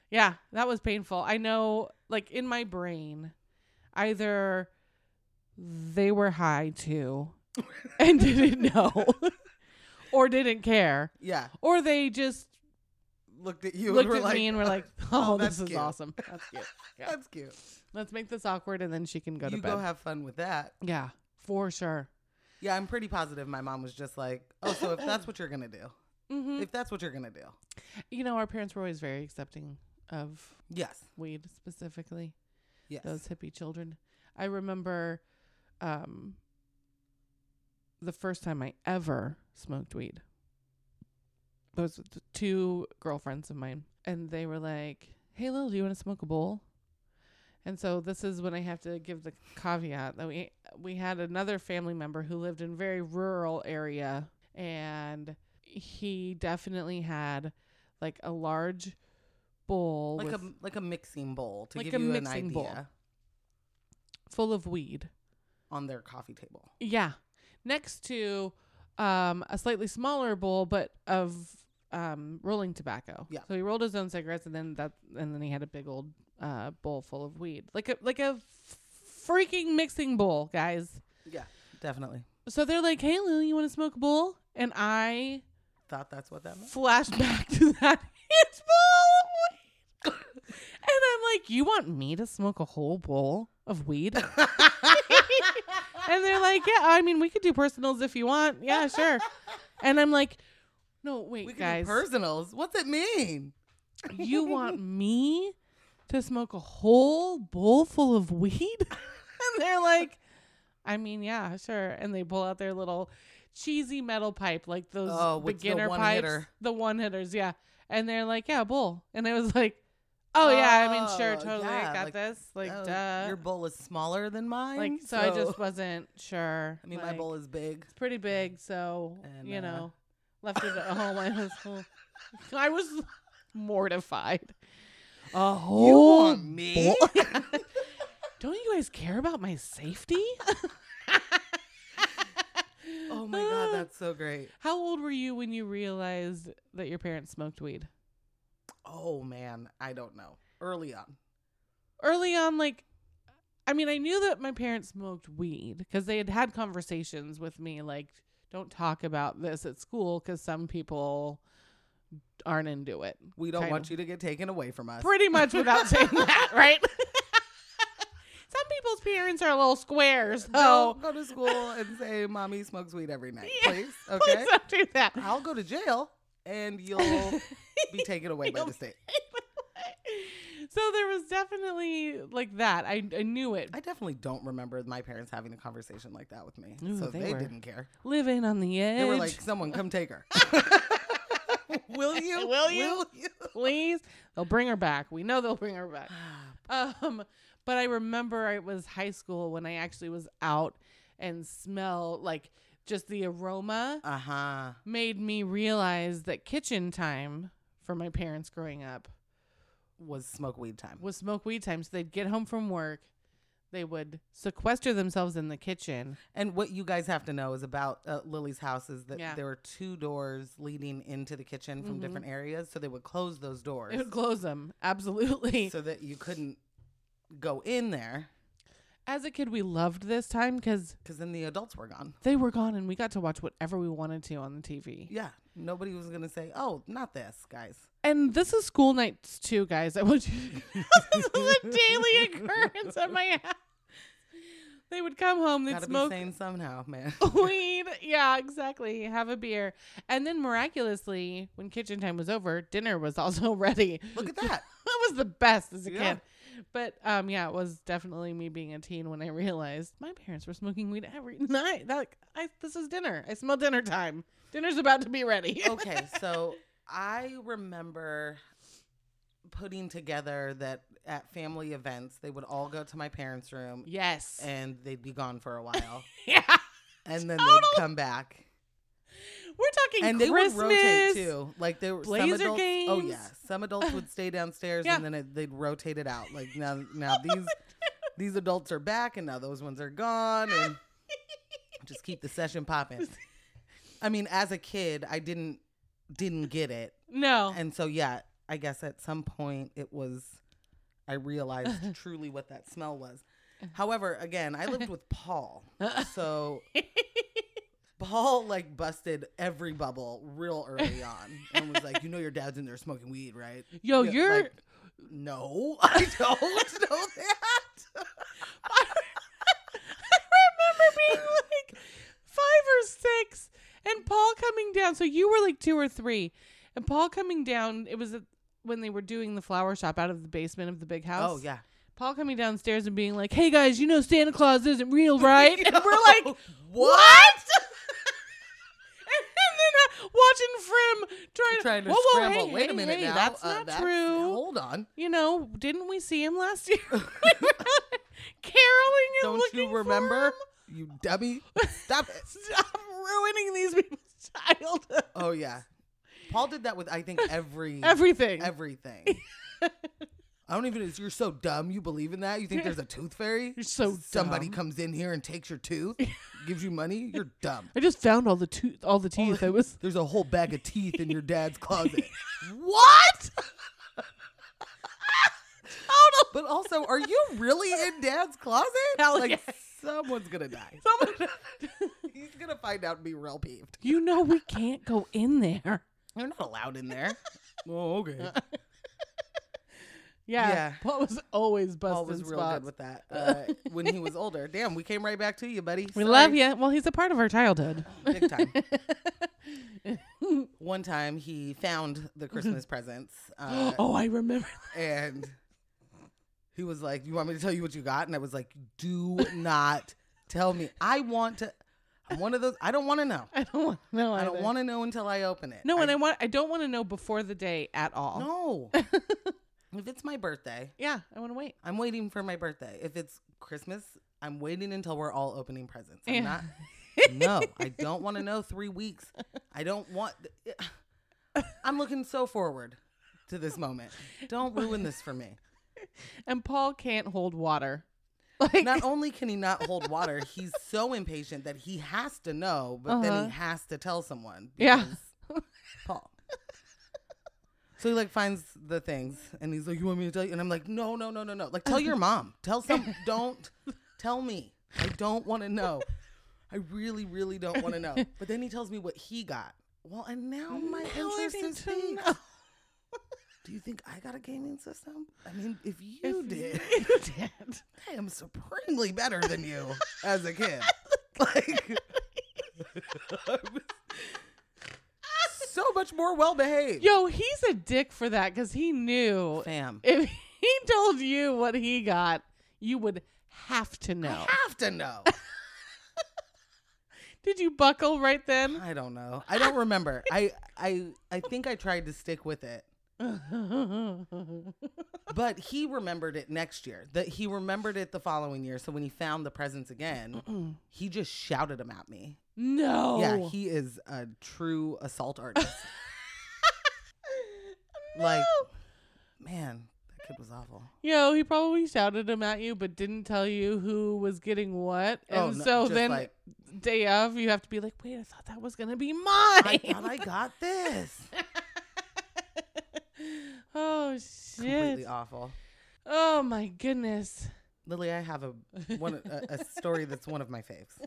Yeah, that was painful. I know, like in my brain, either they were high too and didn't know or didn't care
yeah,
or they just
looked at you
looked
and were
at
like,
me and were like,
"Oh,
oh,
that's
this is
cute."
awesome. That's cute. Yeah.
"That's cute."
Let's make this awkward and then she can go to
you
bed.
go have fun with that.
yeah, for sure.
Yeah, I'm pretty positive my mom was just like, "Oh, so if that's what you're gonna do,
hmm
if that's what you're gonna do,
You know, our parents were always very accepting of
yes,
weed specifically.
yes."
those hippie children. I remember um the first time I ever smoked weed. Those were the two girlfriends of mine and they were like, "Hey Lil, do you want to smoke a bowl?" And so this is when I have to give the caveat that we we had another family member who lived in very rural area and he definitely had like a large bowl
like
with
a like a mixing bowl to
Like
give
a
you an idea
mixing bowl. full of weed.
on their coffee table.
Yeah. Next to um, a slightly smaller bowl, but of um, rolling tobacco.
Yeah.
So he rolled his own cigarettes, and then that, and then he had a big old uh, bowl full of weed, like a like a freaking mixing bowl, guys.
Yeah, definitely.
So they're like, "Hey, Lil, you want to smoke a bowl?" And I
Thought that's what that meant.
flash back to that huge bowl of weed, and I'm like, "You want me to smoke a whole bowl of weed?" and they're like, "Yeah, I mean, we could do personals if you want. Yeah, sure." And I'm like, "No, wait,
we can
guys,
do personals. What's it mean?
you want me to smoke a whole bowl full of weed?" and they're like, "I mean, yeah, sure." And they pull out their little cheesy metal pipe, like those
Oh, with the
beginner
one
pipes,
hitter.
the one hitters, yeah. And they're like, "Yeah, a bowl." And I was like, "Oh, yeah, I mean, sure,
Oh,
totally,
yeah,
I got
like,
this." Like,
Oh,
duh.
your bowl is smaller than mine.
like so, I just wasn't sure.
I mean, my
like-
bowl is big.
It's pretty big, so
And, uh,
you know, left it at home. I was, I was mortified. A whole
you want me?
bowl- Don't you guys care about my safety?
oh my god, that's so great.
Ah. How old were you when you realized that your parents smoked weed?
Oh man, I don't know. Early on,
Early on, like, I mean, I knew that my parents smoked weed because they had had conversations with me, like, don't talk about this at school because some people aren't into it.
we don't
Kind
want
of.
you to get taken away from us.
pretty much without saying that, right? Some people's parents are little squares,
Don't
so
go to school and say mommy smokes weed every night,
Yeah,
please.
please
Okay,
don't do that.
I'll go to jail and you'll be taken away by the state.
So there was definitely like that. I, I knew it.
I definitely don't remember my parents having a conversation like that with me.
Ooh,
so
they
they,
were-
didn't care.
Living on the edge.
They were like, someone come take her. Will you?
Will you?
Will you?
please. They'll bring her back. We know they'll bring her back.
Ah,
Um, but I remember it was high school when I actually was out and smell like just the aroma
Uh-huh.
made me realize that kitchen time for my parents growing up
Was smoke weed time.
was smoke weed time. So they'd get home from work, they would sequester themselves in the kitchen.
And what you guys have to know is about uh, Lily's house is that
Yeah.
there were two doors leading into the kitchen from
Mhm.
different areas, so they would close those doors
It would close them absolutely.
so that you couldn't go in there
As a kid, we loved this time because
because then the adults were gone.
they were gone and we got to watch whatever we wanted to on the TV.
Yeah, nobody was gonna say, "Oh, not this, guys."
And this is school nights too, guys. I want you. this is a daily occurrence at my house. They would come home, they'd
Gotta
smoke
be sane somehow, man.
weed. Yeah, exactly. Have a beer, and then miraculously, when kitchen time was over, dinner was also ready.
Look at that.
That was the best as a
Yeah.
kid. But um, yeah, it was definitely me being a teen when I realized my parents were smoking weed every night. That, like, I, this is dinner. I smell dinner time. Dinner's about to be ready.
okay, so I remember putting together that at family events they would all go to my parents' room
yes.
and they'd be gone for a while
yeah.
and then
Totally.
they'd come back.
We're talking
And they
Christmas.
would rotate too. Like there were some
blazer
adults. Oh yeah,
games.
some adults would stay downstairs
Yeah. Oh,
and then it, they'd rotate it out. Like now, now these these adults are back, and now those ones are gone, and just keep the session popping. I mean, as a kid, I didn't didn't get it,
No.
and so yeah, I guess at some point it was I realized truly what that smell was. However, again, I lived with Paul, so Paul like busted every bubble real early on and was like, "You know, your dad's in there smoking weed, right?"
Yo,
Yeah,
Oh, you're.
like, no, I don't know that.
I remember being like five or six, and Paul coming down. So you were like two or three, and Paul coming down. It was at- when they were doing the flower shop out of the basement of the big house.
Oh yeah,
Paul coming downstairs and being like, "Hey guys, you know Santa Claus isn't real, right?" And we're like,
No.
"What?"
what?
and then uh, watching Frim trying,
Trying to
whoa, whoa,
scramble.
hey,
Wait
hey,
a minute
hey,
now.
That's
Uh,
not true.
Hold on.
You know, didn't we see him last year? Caroling and
Don't
looking
you
for
remember?
him?
You dummy. Stop it.
Stop ruining these people's childhood.
Oh yeah. Paul did that with I think every
Everything.
everything. I don't even. You're so dumb. You believe in that? You think there's a tooth fairy?
You're so
Somebody
dumb.
comes in here and takes your tooth, gives you money. You're dumb.
I just found all the tooth, all the teeth. I was
There's a whole bag of teeth in your dad's closet.
what? Total.
But also, are you really in dad's closet?
Hell
like
yes.
someone's gonna die.
Someone,
He's gonna find out and be real peeved.
you know we can't go in there.
You're not allowed in there. oh, okay.
Uh, Yeah,
Yeah.
Paul was always busting
Paul was real
spots.
good with that uh, when he was older. Damn, we came right back to you, buddy.
we
Sorry.
love you. Well, he's a part of our childhood.
Big time. One time he found the Christmas presents. Uh,
oh, I remember.
and he was like, "You want me to tell you what you got?" And I was like, "Do not tell me. I want to. I'm one of those. I don't want to know.
I don't want. No,
I don't want to know until I open it.
No, and I want. I don't want to know before the day at all.
no. if it's my birthday,
Yeah, I want to wait.
I'm waiting for my birthday. If it's Christmas, I'm waiting until we're all opening presents. I'm
Yeah.
not. no, I don't want to know three weeks. I don't want. I'm looking so forward to this moment. Don't ruin this for me.
And Paul can't hold water. Like
not only can he not hold water, he's so impatient that he has to know, but then
Uh-huh.
he has to tell someone.
Yeah.
because Paul. So he like finds the things and he's like, You want me to tell you? And I'm like, No, no, no, no, no. Like, tell your mom. Tell some don't tell me. I don't want to know. I really, really don't want to know. But then he tells me what he got. Well, and now Oh, my
Now I
interest
need
is
to
piqued.
know.
Do you think I got a gaming system? I mean, if you did.
You did.
I am supremely better than you as a kid. Like, I was so much more well behaved.
Yo, he's a dick for that because he knew
Fam.
if he he told you what he got, you would have to know.
I have to know.
Did you buckle right then?
I don't know. I don't remember. I I I think I tried to stick with it, but he remembered it next year. That he remembered it the following year. So when he found the presents again, he just shouted them at me.
no.
Yeah, he is a true assault artist. like, man, that kid was awful.
Yo, he probably shouted him at you, but didn't tell you who was getting what.
Oh,
And
no,
so
just
then,
like-
day of, you have to be like, wait, I thought that was going to be mine.
I thought I got this.
oh,
Completely
shit.
awful.
Oh, my goodness.
Lily, I have a one a, a story that's one of my faves.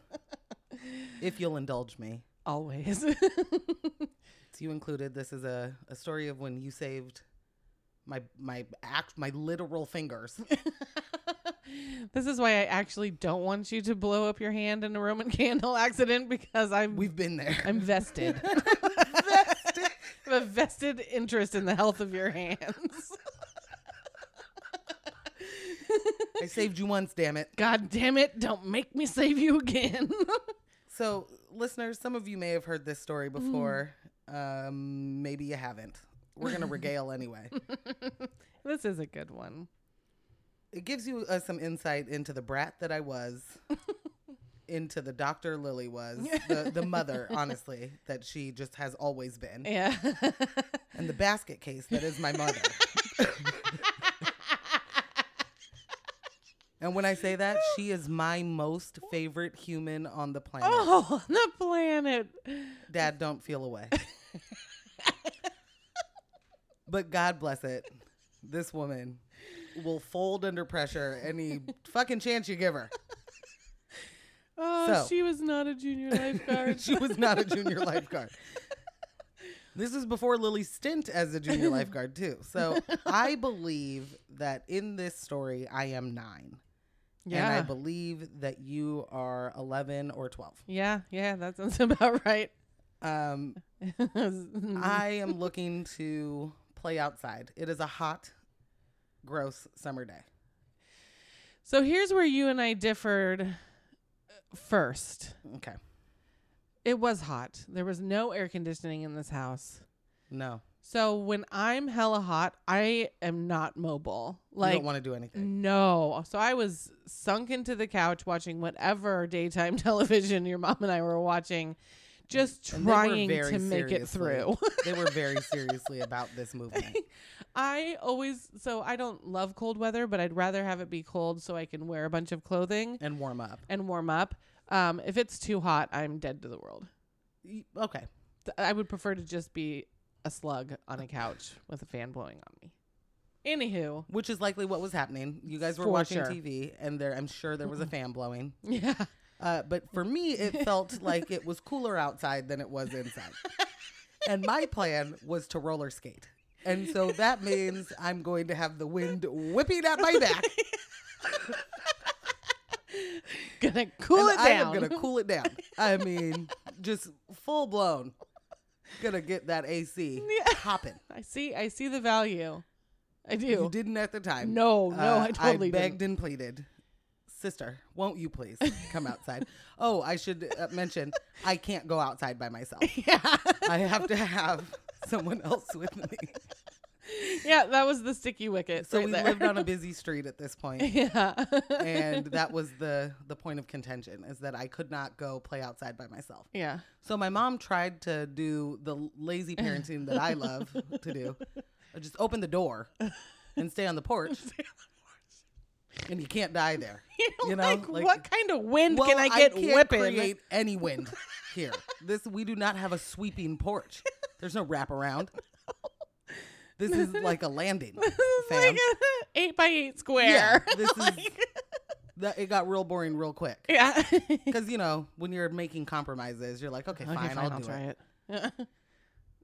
If you'll indulge me,
Always.
it's you included. This is a, a story of when you saved my my act my literal fingers.
this is why I actually don't want you to blow up your hand in a Roman candle accident because I'm
We've been there.
I'm vested. I have a vested interest in the health of your hands.
I saved you once, damn it.
God damn it, don't make me save you again.
So, listeners, some of you may have heard this story before.
Mm.
Um, maybe you haven't. We're gonna regale anyway.
this is a good one.
It gives you uh, some insight into the brat that I was, into the doctor Lily was, the, the mother, honestly, that she just has always been.
Yeah.
and the basket case that is my mother. and when I say that, she is my most favorite human on the planet.
oh, on the planet.
Dad, don't feel away. but God bless it. This woman will fold under pressure any fucking chance you give her.
Oh,
So-
she was not a junior lifeguard.
she was not a junior lifeguard. This is before Lily's stint as a junior lifeguard, too. So I believe that in this story, I am nine. And I
yeah.
believe that you are 11 or 12.
yeah, yeah, that sounds about right.
Um,
Mm-hmm.
I am looking to play outside. It is a hot, gross summer day.
so here's where you and I differed uh, first.
Okay.
It was hot. There was no air conditioning in this house.
No.
So when I'm hella hot, I am not mobile.
you
Like
don't want to do anything.
no. So I was sunk into the couch watching whatever daytime television your mom and I were watching, just
And they were
trying
very
to make it
seriously-
through.
they were very seriously about this movement.
I always so I don't love cold weather, but I'd rather have it be cold so I can wear a bunch of clothing
And warm up.
and warm up. Um, if it's too hot, I'm dead to the world.
Y- Okay.
Th- I would prefer to just be a slug on a couch with a fan blowing on me. Anywho,
Which is likely what was happening. You guys were
For
watching
sure.
TV, and there, I'm sure there was a fan blowing.
yeah.
Uh, but for me, it felt like it was cooler outside than it was inside. and my plan was to roller skate. And so that means I'm going to have the wind whipping at my back.
gonna cool
and
it
I
down.
am going to cool it down. I mean, just full blown. Gonna get that AC
Yeah.
popping.
I see. I see the value. I do.
You didn't at the time.
Oh, No, no,
Uh,
I totally
begged
didn't.
and pleaded. Sister, won't you please come outside? oh, I should uh, mention I can't go outside by myself.
Yeah,
I have to have someone else with me.
yeah. That was the sticky wicket.
So
right
we
there.
lived on a busy street at this point,
yeah.
and that was the the point of contention is that I could not go play outside by myself.
yeah.
So my mom tried to do the lazy parenting that I love to do. I just open the door and stay on the porch. And you can't die there. You know,
like,
like-
what kind of wind
Well,
can I get
can't
whipping?
create any wind here. This we do not have a sweeping porch. There's no wraparound. This is like a landing.
It's
fam.
like an eight by eight
Yeah,
square.
this is that it got real boring real quick.
Yeah.
Because you know when you're making compromises, you're like, okay, fine, I'll, do it.
it. Yeah.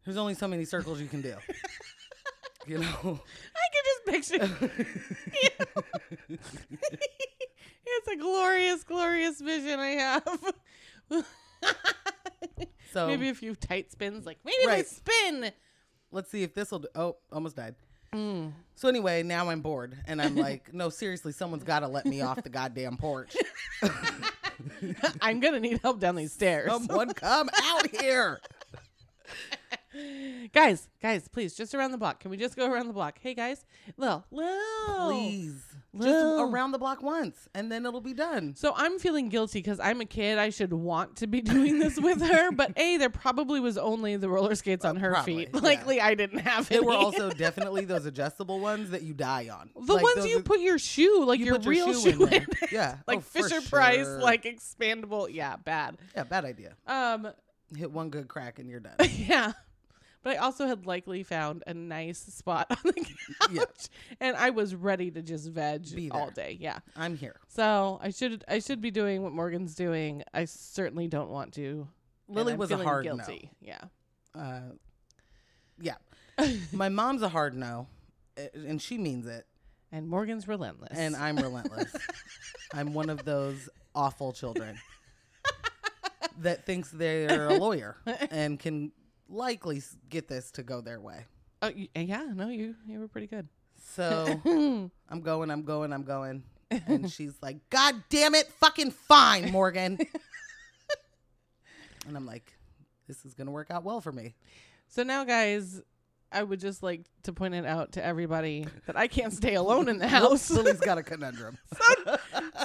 There's only so many circles you can do. you know,
I can just picture. it's a glorious, glorious vision I have.
so
Maybe a few tight spins, like maybe
Right.
they spin.
let's see if this will. Do- oh, almost died.
Mm.
So anyway, now I'm bored and I'm like, no, seriously, someone's got to let me off the goddamn porch.
I'm gonna need help down these stairs.
Someone come out here.
guys, guys, please, just around the block. Can we just go around the block? Hey guys, Lil, Lil,
Please. Just
Lil.
around the block once and then it'll be done.
So I'm feeling guilty because I'm a kid. I should want to be doing this with her, but a there probably was only the roller skates on her
Uh, probably,
feet.
yeah.
Likely, I didn't have
They
it.
were also definitely those adjustable ones that you die on.
the
Like,
ones
those
you
are-
put your shoe, like
you
your
put
real shoe, in,
there. Yeah.
like
Oh, for
Fisher Price,
sure.
like expandable. Yeah, bad.
Yeah, bad idea.
Um,
Hit one good crack and you're done.
yeah. But I also had likely found a nice spot on the couch,
Yeah.
and I was ready to just
Be
veg all
there.
day. Yeah.
I'm here.
So I should I should be doing what Morgan's doing. I certainly don't want to. and
Lily
I'm
was a
feeling
hard
guilty. Yeah.
no. Uh, yeah. My mom's a hard no, a- and she means it.
And Morgan's relentless.
And I'm relentless. I'm one of those awful children that thinks they're a lawyer and can likely s- get this to go their way.
oh, y- yeah, no, you you were pretty good.
So I'm going, I'm going, I'm going. And she's like, God damn it, fucking fine, Morgan. and I'm like, this is going to work out well for me.
So now, guys, I would just like to point it out to everybody that I can't stay alone in the house.
Lily's got a conundrum.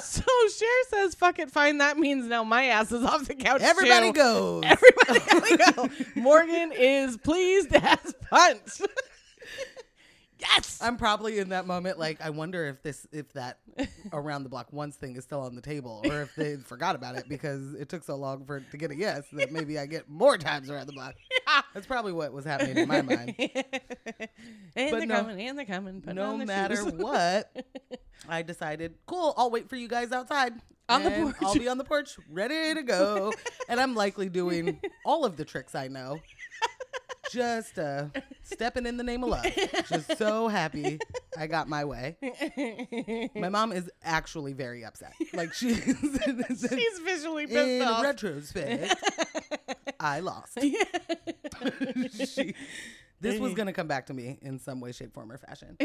so Cher says, "Fuck it, fine." That means now my ass is off the couch.
Everybody
too.
goes.
Everybody gotta go. Morgan is pleased as punch. yes.
I'm probably in that moment like I wonder if this if that around the block once thing is still on the table or if they forgot about it because it took so long for it to get a yes that maybe I get more times around the block. That's probably what was happening in my mind.
and
But
they're
no-
coming, and they're coming. putting
No
on their
matter
shoes.
what, I decided, cool, I'll wait for you guys outside.
On the
and I'll
porch.
be on the porch, ready to go. and I'm likely doing all of the tricks I know. Just uh, stepping in the name of love. Just so happy I got my way. My mom is actually very upset. Like she's,
She's visually pissed
in
off.
retrospect. I lost. She- this was gonna come back to me in some way, shape, form, or fashion.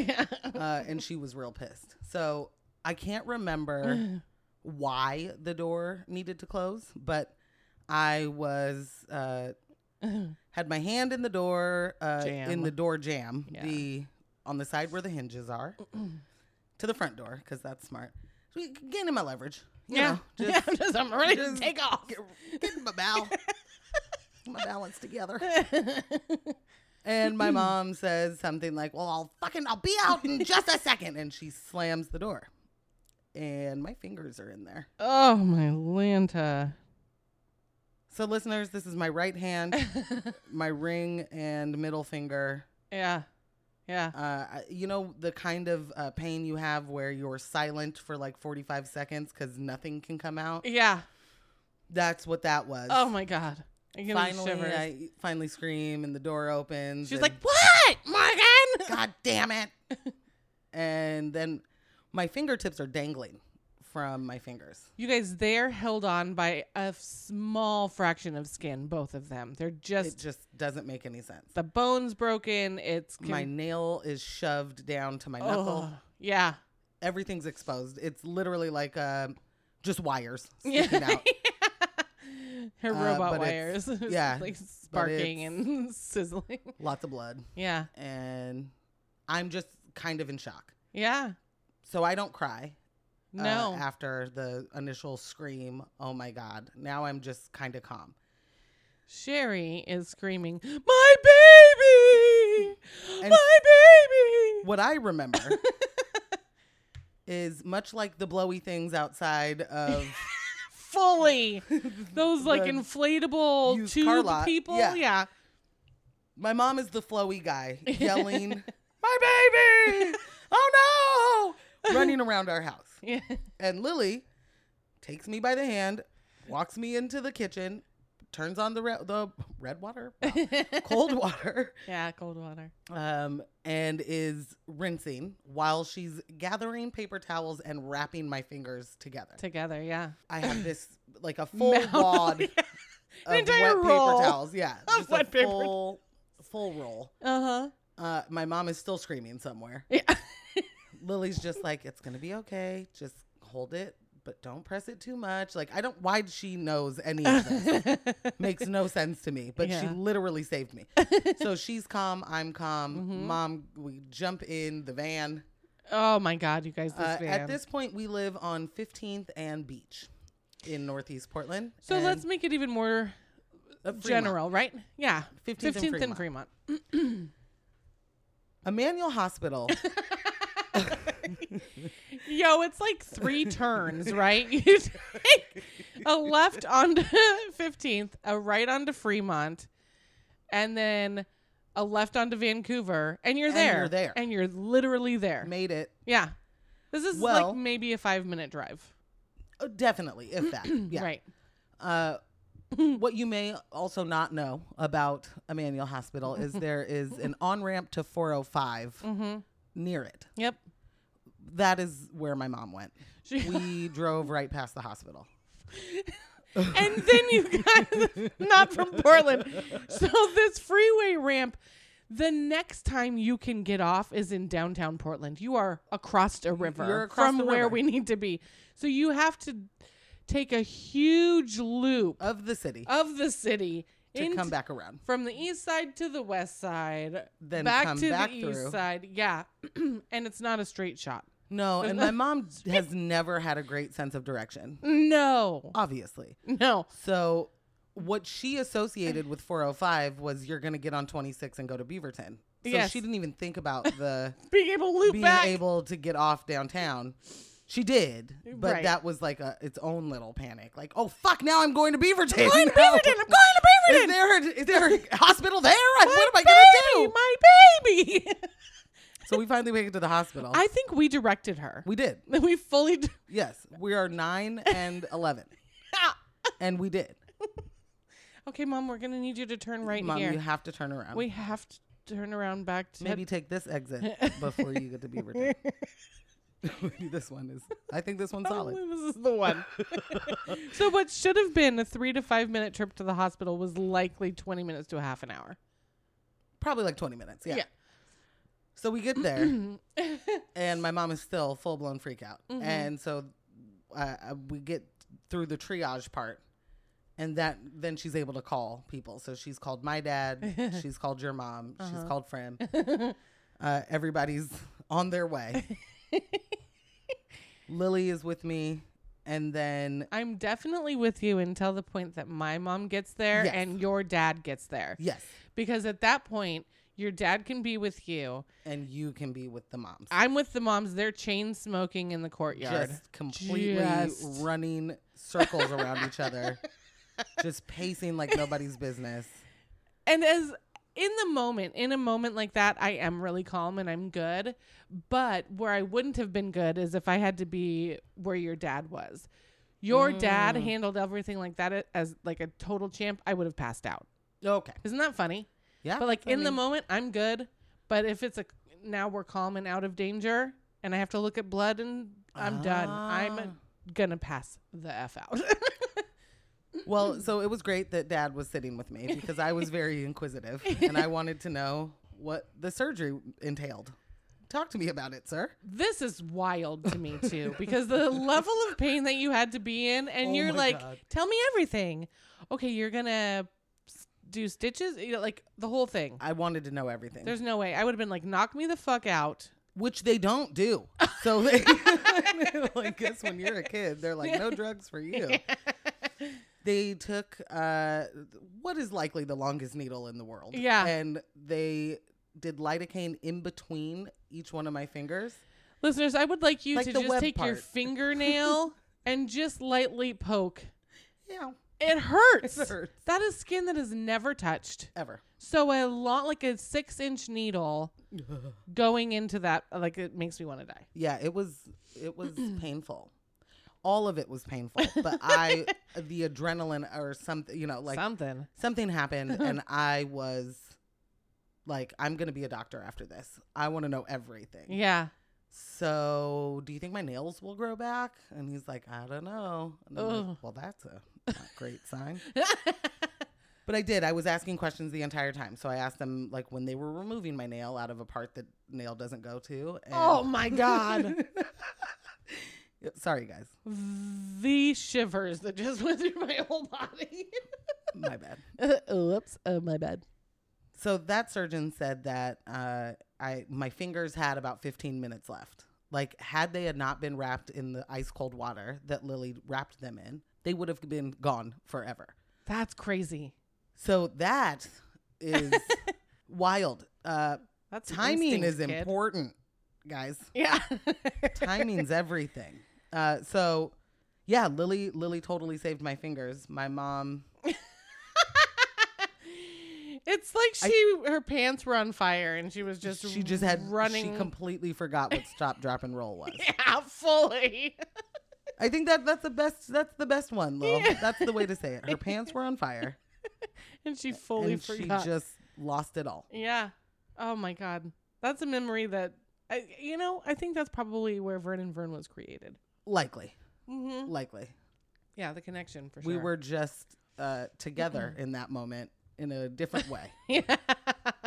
Uh, and she was real pissed. So I can't remember why the door needed to close, but I was uh, had my hand in the door uh,
Jam.
in the door jam,
Yeah.
the on the side where the hinges are, to the front door because that's smart. So gaining my leverage. you
yeah,
know,
yeah, I'm just I'm ready
just
to take off.
Get, get my bal- my balance together. And my mom says something like, "Well, I'll fucking I'll be out in just a second. and she slams the door, and my fingers are in there.
oh my lanta!
So, listeners, this is my right hand, my ring, and middle finger.
Yeah, yeah.
Uh, I- you know the kind of uh, pain you have where you're silent for like 45 seconds because nothing can come out.
Yeah.
That's what that was.
Oh my god. I'm getting
Finally,
shivers.
I finally scream, and the door opens.
She's
and-
like, "What, Morgan?"
God damn it. and then my fingertips are dangling from my fingers.
You guys, they're held on by a small fraction of skin. Both of them. They're
It
just
just doesn't make any sense.
the bones broken. It's
My nail is shoved down to my knuckle.
Ugh. yeah.
Everything's exposed. It's literally like uh, just wires
Yeah.
sticking out.
Her
Uh,
robot
but it's-
wires.
yeah,
like
but
sparking
it's-
and sizzling.
Lots of blood.
Yeah.
And I'm just kind of in shock.
Yeah.
So I don't cry. uh,
No.
after the initial scream, oh my God. Now I'm just kind of calm.
Sherry is screaming, My baby!
And-
My baby!
What I remember is much like the blowy things outside of
Fully. Those like
The
inflatable
used
tube
car lot.
people.
Yeah.
Yeah.
my mom is the flowy guy yelling, "My baby! Oh no!" running around our house.
Yeah.
And Lily takes me by the hand, walks me into the kitchen, turns on the re- the red water, Wow. cold water,
Yeah, cold water.
um, and is rinsing while she's gathering paper towels and wrapping my fingers together.
Together, yeah.
I have this like a full
Mound-
wad
Yeah.
of
entire
wet
roll
paper towels. Yeah, just a
wet paper
full full roll.
Uh huh.
Uh, my mom is still screaming somewhere.
Yeah.
Lily's just like, it's gonna be okay. Just hold it, but don't press it too much. Like, I don't. Why she knows any of this makes no sense to me. But she
Yeah.
literally saved me. so she's calm. I'm calm.
Mm-hmm.
Mom, we jump in the van.
oh my god, you guys! This
Uh,
van.
at this point, we live on 15th and Beach in Northeast Portland.
so
and,
let's make it even more
uh, Fremont.
general, right? Yeah,
15th and
fifteenth and
Fremont.
Fremont.
Emanuel Hospital.
Yo, it's like three turns, right? You take a left onto 15th, a right onto Fremont, and then a left onto Vancouver, and you're
And
there.
you're there.
And you're literally there.
Made it
Yeah. This is
Well-
like maybe a five minute drive.
uh, definitely, if that. Yeah.
Right.
Uh, what you may also not know about Emanuel Hospital is there is an on ramp to 405
Mm-hmm.
near it.
Yep.
That is where my mom went.
She-
We drove right past the hospital.
and then you guys, not from Portland. So this freeway ramp, the next time you can get off is in downtown Portland. You are across a river
You're across
from
the
where
river.
we need to be. So you have to take a huge loop
Of the city
of the city
to
into-
come back around.
from the east side to the west side,
Then
back
come
to
back
the
through.
east side. Yeah, and it's not a straight shot.
No, and my mom has never had a great sense of direction,
No,
obviously.
no.
So, what she associated with 405 was you're going to get on 26 and go to Beaverton. So,
Yes.
she didn't even think about the
Being able to loop
being
back.
able to get off downtown. She did, but
Right.
that was like a its own little panic. Like, oh fuck, now I'm going to Beaverton. I'm
going to Beaverton. I'm going to
Is
Beaverton.
there is there a hospital there? What,
My
am I gonna
baby,
do?
My baby.
So we finally make it to the hospital.
I think we directed her.
we did.
We, we fully. d-
Yes, we are nine and eleven, and we did.
okay, mom, we're gonna need you to turn right
Mom,
here.
you have to turn around.
we have to turn around back to
Maybe take this exit before you get to Beaverton. this one is. I think this one's solid.
This is the one. so what should have been a three to five minute trip to the hospital was likely twenty minutes to a half an hour.
Probably like twenty minutes. yeah. So we get there, and my mom is still full blown freak out. And so uh, uh, we get through the triage part, and that then she's able to call people. So she's called my dad, she's called your mom, she's called Fran. Uh, everybody's on their way. Lily is with me, and then
I'm definitely with you until the point that my mom gets there
Yes.
and your dad gets there.
yes,
Because at that point, your dad can be with you.
and you can be with the moms.
I'm with the moms. They're chain smoking in the courtyard.
just completely
Just-
running circles around each other, just pacing like nobody's business.
and as in the moment, in a moment like that, I am really calm and I'm good. But where I wouldn't have been good is if I had to be where your dad was. Your dad handled everything like that a- as like a total champ. I would have passed out.
Okay.
Isn't that funny?
Yeah.
But like
I
in the
mean,
moment, I'm good. But if it's a now we're calm and out of danger, and I have to look at blood, and I'm done.
Ah.
I'm gonna pass the f out. mm.
Well, so it was great that dad was sitting with me because I was very inquisitive and I wanted to know what the surgery entailed. Talk to me about it, sir.
this is wild to me too because the level of pain that you had to be in and
Oh
you're
my
like
God.
tell me everything okay you're gonna s- do stitches you know, like the whole thing
I wanted to know everything,
there's no way i would have been like knock me the fuck out
which they don't do. So, they, like, guess when you're a kid, they're like, no drugs for you. They took uh, what is likely the longest needle in the world.
Yeah.
And they did lidocaine in between each one of my fingers.
listeners i would like you
Like
to
the
just
web
take your
part.
fingernail and just lightly poke
Yeah.
it hurts.
hurts.
that is skin that is never touched
Ever.
so a lot like a six inch needle going into that like it makes me want to die
Yeah, it was it was painful. All of it was painful, but I the adrenaline or something, you know, like
something
something happened
Uh-huh.
and I was like I'm going to be a doctor after this. I want to know everything.
yeah
So, do you think my nails will grow back? And he's like, I don't know. And I'm like,
Ugh.
well, that's a not great sign. But I did. I was asking questions the entire time. So I asked them like when they were removing my nail out of a part that nail doesn't go to. And
Oh my god.
Sorry guys.
the shivers that just went through my whole body.
My bad.
Oops. Oh my bad.
So that surgeon said that uh, I my fingers had about 15 minutes left. Like had they had not been wrapped in the ice cold water that Lily wrapped them in, they would have been gone forever.
That's crazy.
So that is wild. Uh,
That's some
timing
instinct,
is
kid.
important, guys.
Yeah.
Timing's everything. Uh, so yeah, Lily Lily totally saved my fingers. My mom
it's like she her pants were on fire and she was just
she just had
running
She completely forgot what stop, drop, and roll was.
yeah, fully.
I think that that's the best. That's the best one, Lil. That's the way to say it. Her pants were on fire,
And she fully
and
forgot.
she just lost it all.
yeah. Oh my god. That's a memory that I, you know, I think that's probably where Vernon Vern was created.
Likely,
Mm-hmm.
likely.
Yeah, the connection for sure.
We were just uh, together in that moment in a different way.
Yeah.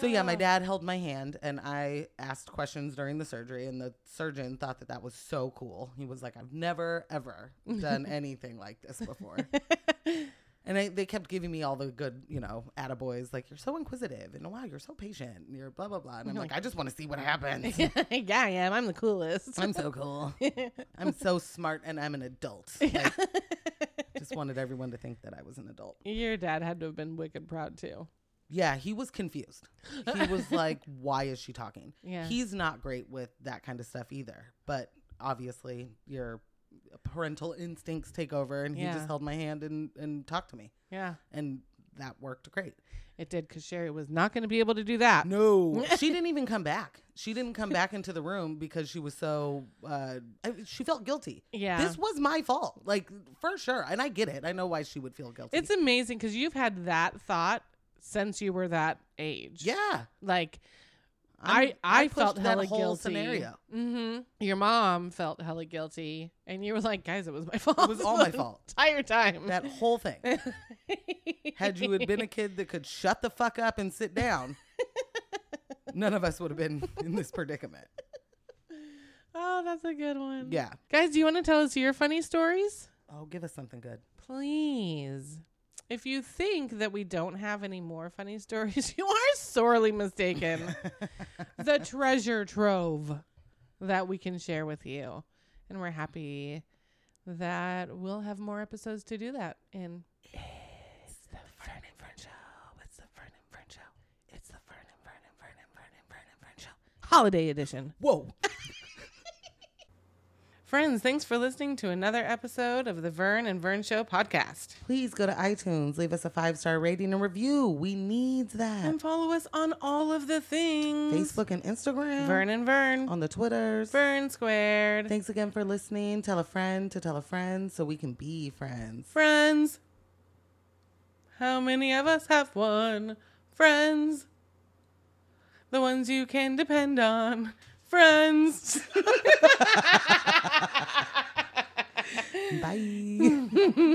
So yeah,
Oh.
my dad held my hand, and I asked questions during the surgery, and the surgeon thought that that was so cool. He was like, "I've never ever done anything like this before." And I, they kept giving me all the good, you know, attaboys, like, you're so inquisitive and wow, you're so patient and you're blah, blah, blah. And I'm
Mm-hmm.
like, I just want to see what happens.
yeah, I am. I'm the coolest.
I'm so cool. I'm so smart and I'm an adult. Like, just wanted everyone to think that I was an adult.
Your dad had to have been wicked proud too.
Yeah, he was confused. He was like, why is she talking?
Yeah.
He's not great with that kind of stuff either. But obviously, your parental instincts take over. And he
Yeah.
just held my hand and, and talked to me.
Yeah,
And that worked great.
it did because Sherry was not going to be able to do that.
No, she didn't even come back. She didn't come back into the room because she was so. Uh, I- she felt guilty.
Yeah.
this was my fault, like for sure. And I get it. I know why she would feel guilty.
It's amazing because you've had that thought since you were that age.
yeah.
Like
I'm-
I I
pushed
felt
that
hella
whole
guilty.
scenario.
hmm Your mom felt hella guilty, and you were like, "Guys, it was my fault. It
was all my fault.
Entire time.
That whole thing. Had you had been a kid that could shut the fuck up and sit down, none of us would have been in this predicament.
oh, that's a good one.
Yeah.
Guys, do you want to tell us your funny stories?
Oh, give us something good.
Please. If you think that we don't have any more funny stories, you are sorely mistaken. the treasure trove that we can share with you. And we're happy that we'll have more episodes to do that in. It's the Fern and Fern Show. It's the Fern and Fern Show. It's the Fern and Fern and Fern and Fern and Fern and Fern Show. Holiday edition.
Whoa.
Friends, thanks for listening to another episode of the Vern and Vern Show podcast.
Please go to iTunes, leave us a five star rating and review. We need that.
And follow us on all of the things.
Facebook and Instagram.
Vern and Vern.
on the Twitters.
Vern squared.
Thanks again for listening. Tell a friend to tell a friend so we can be friends.
Friends. How many of us have one? Friends. The ones you can depend on. Friends.
Bye.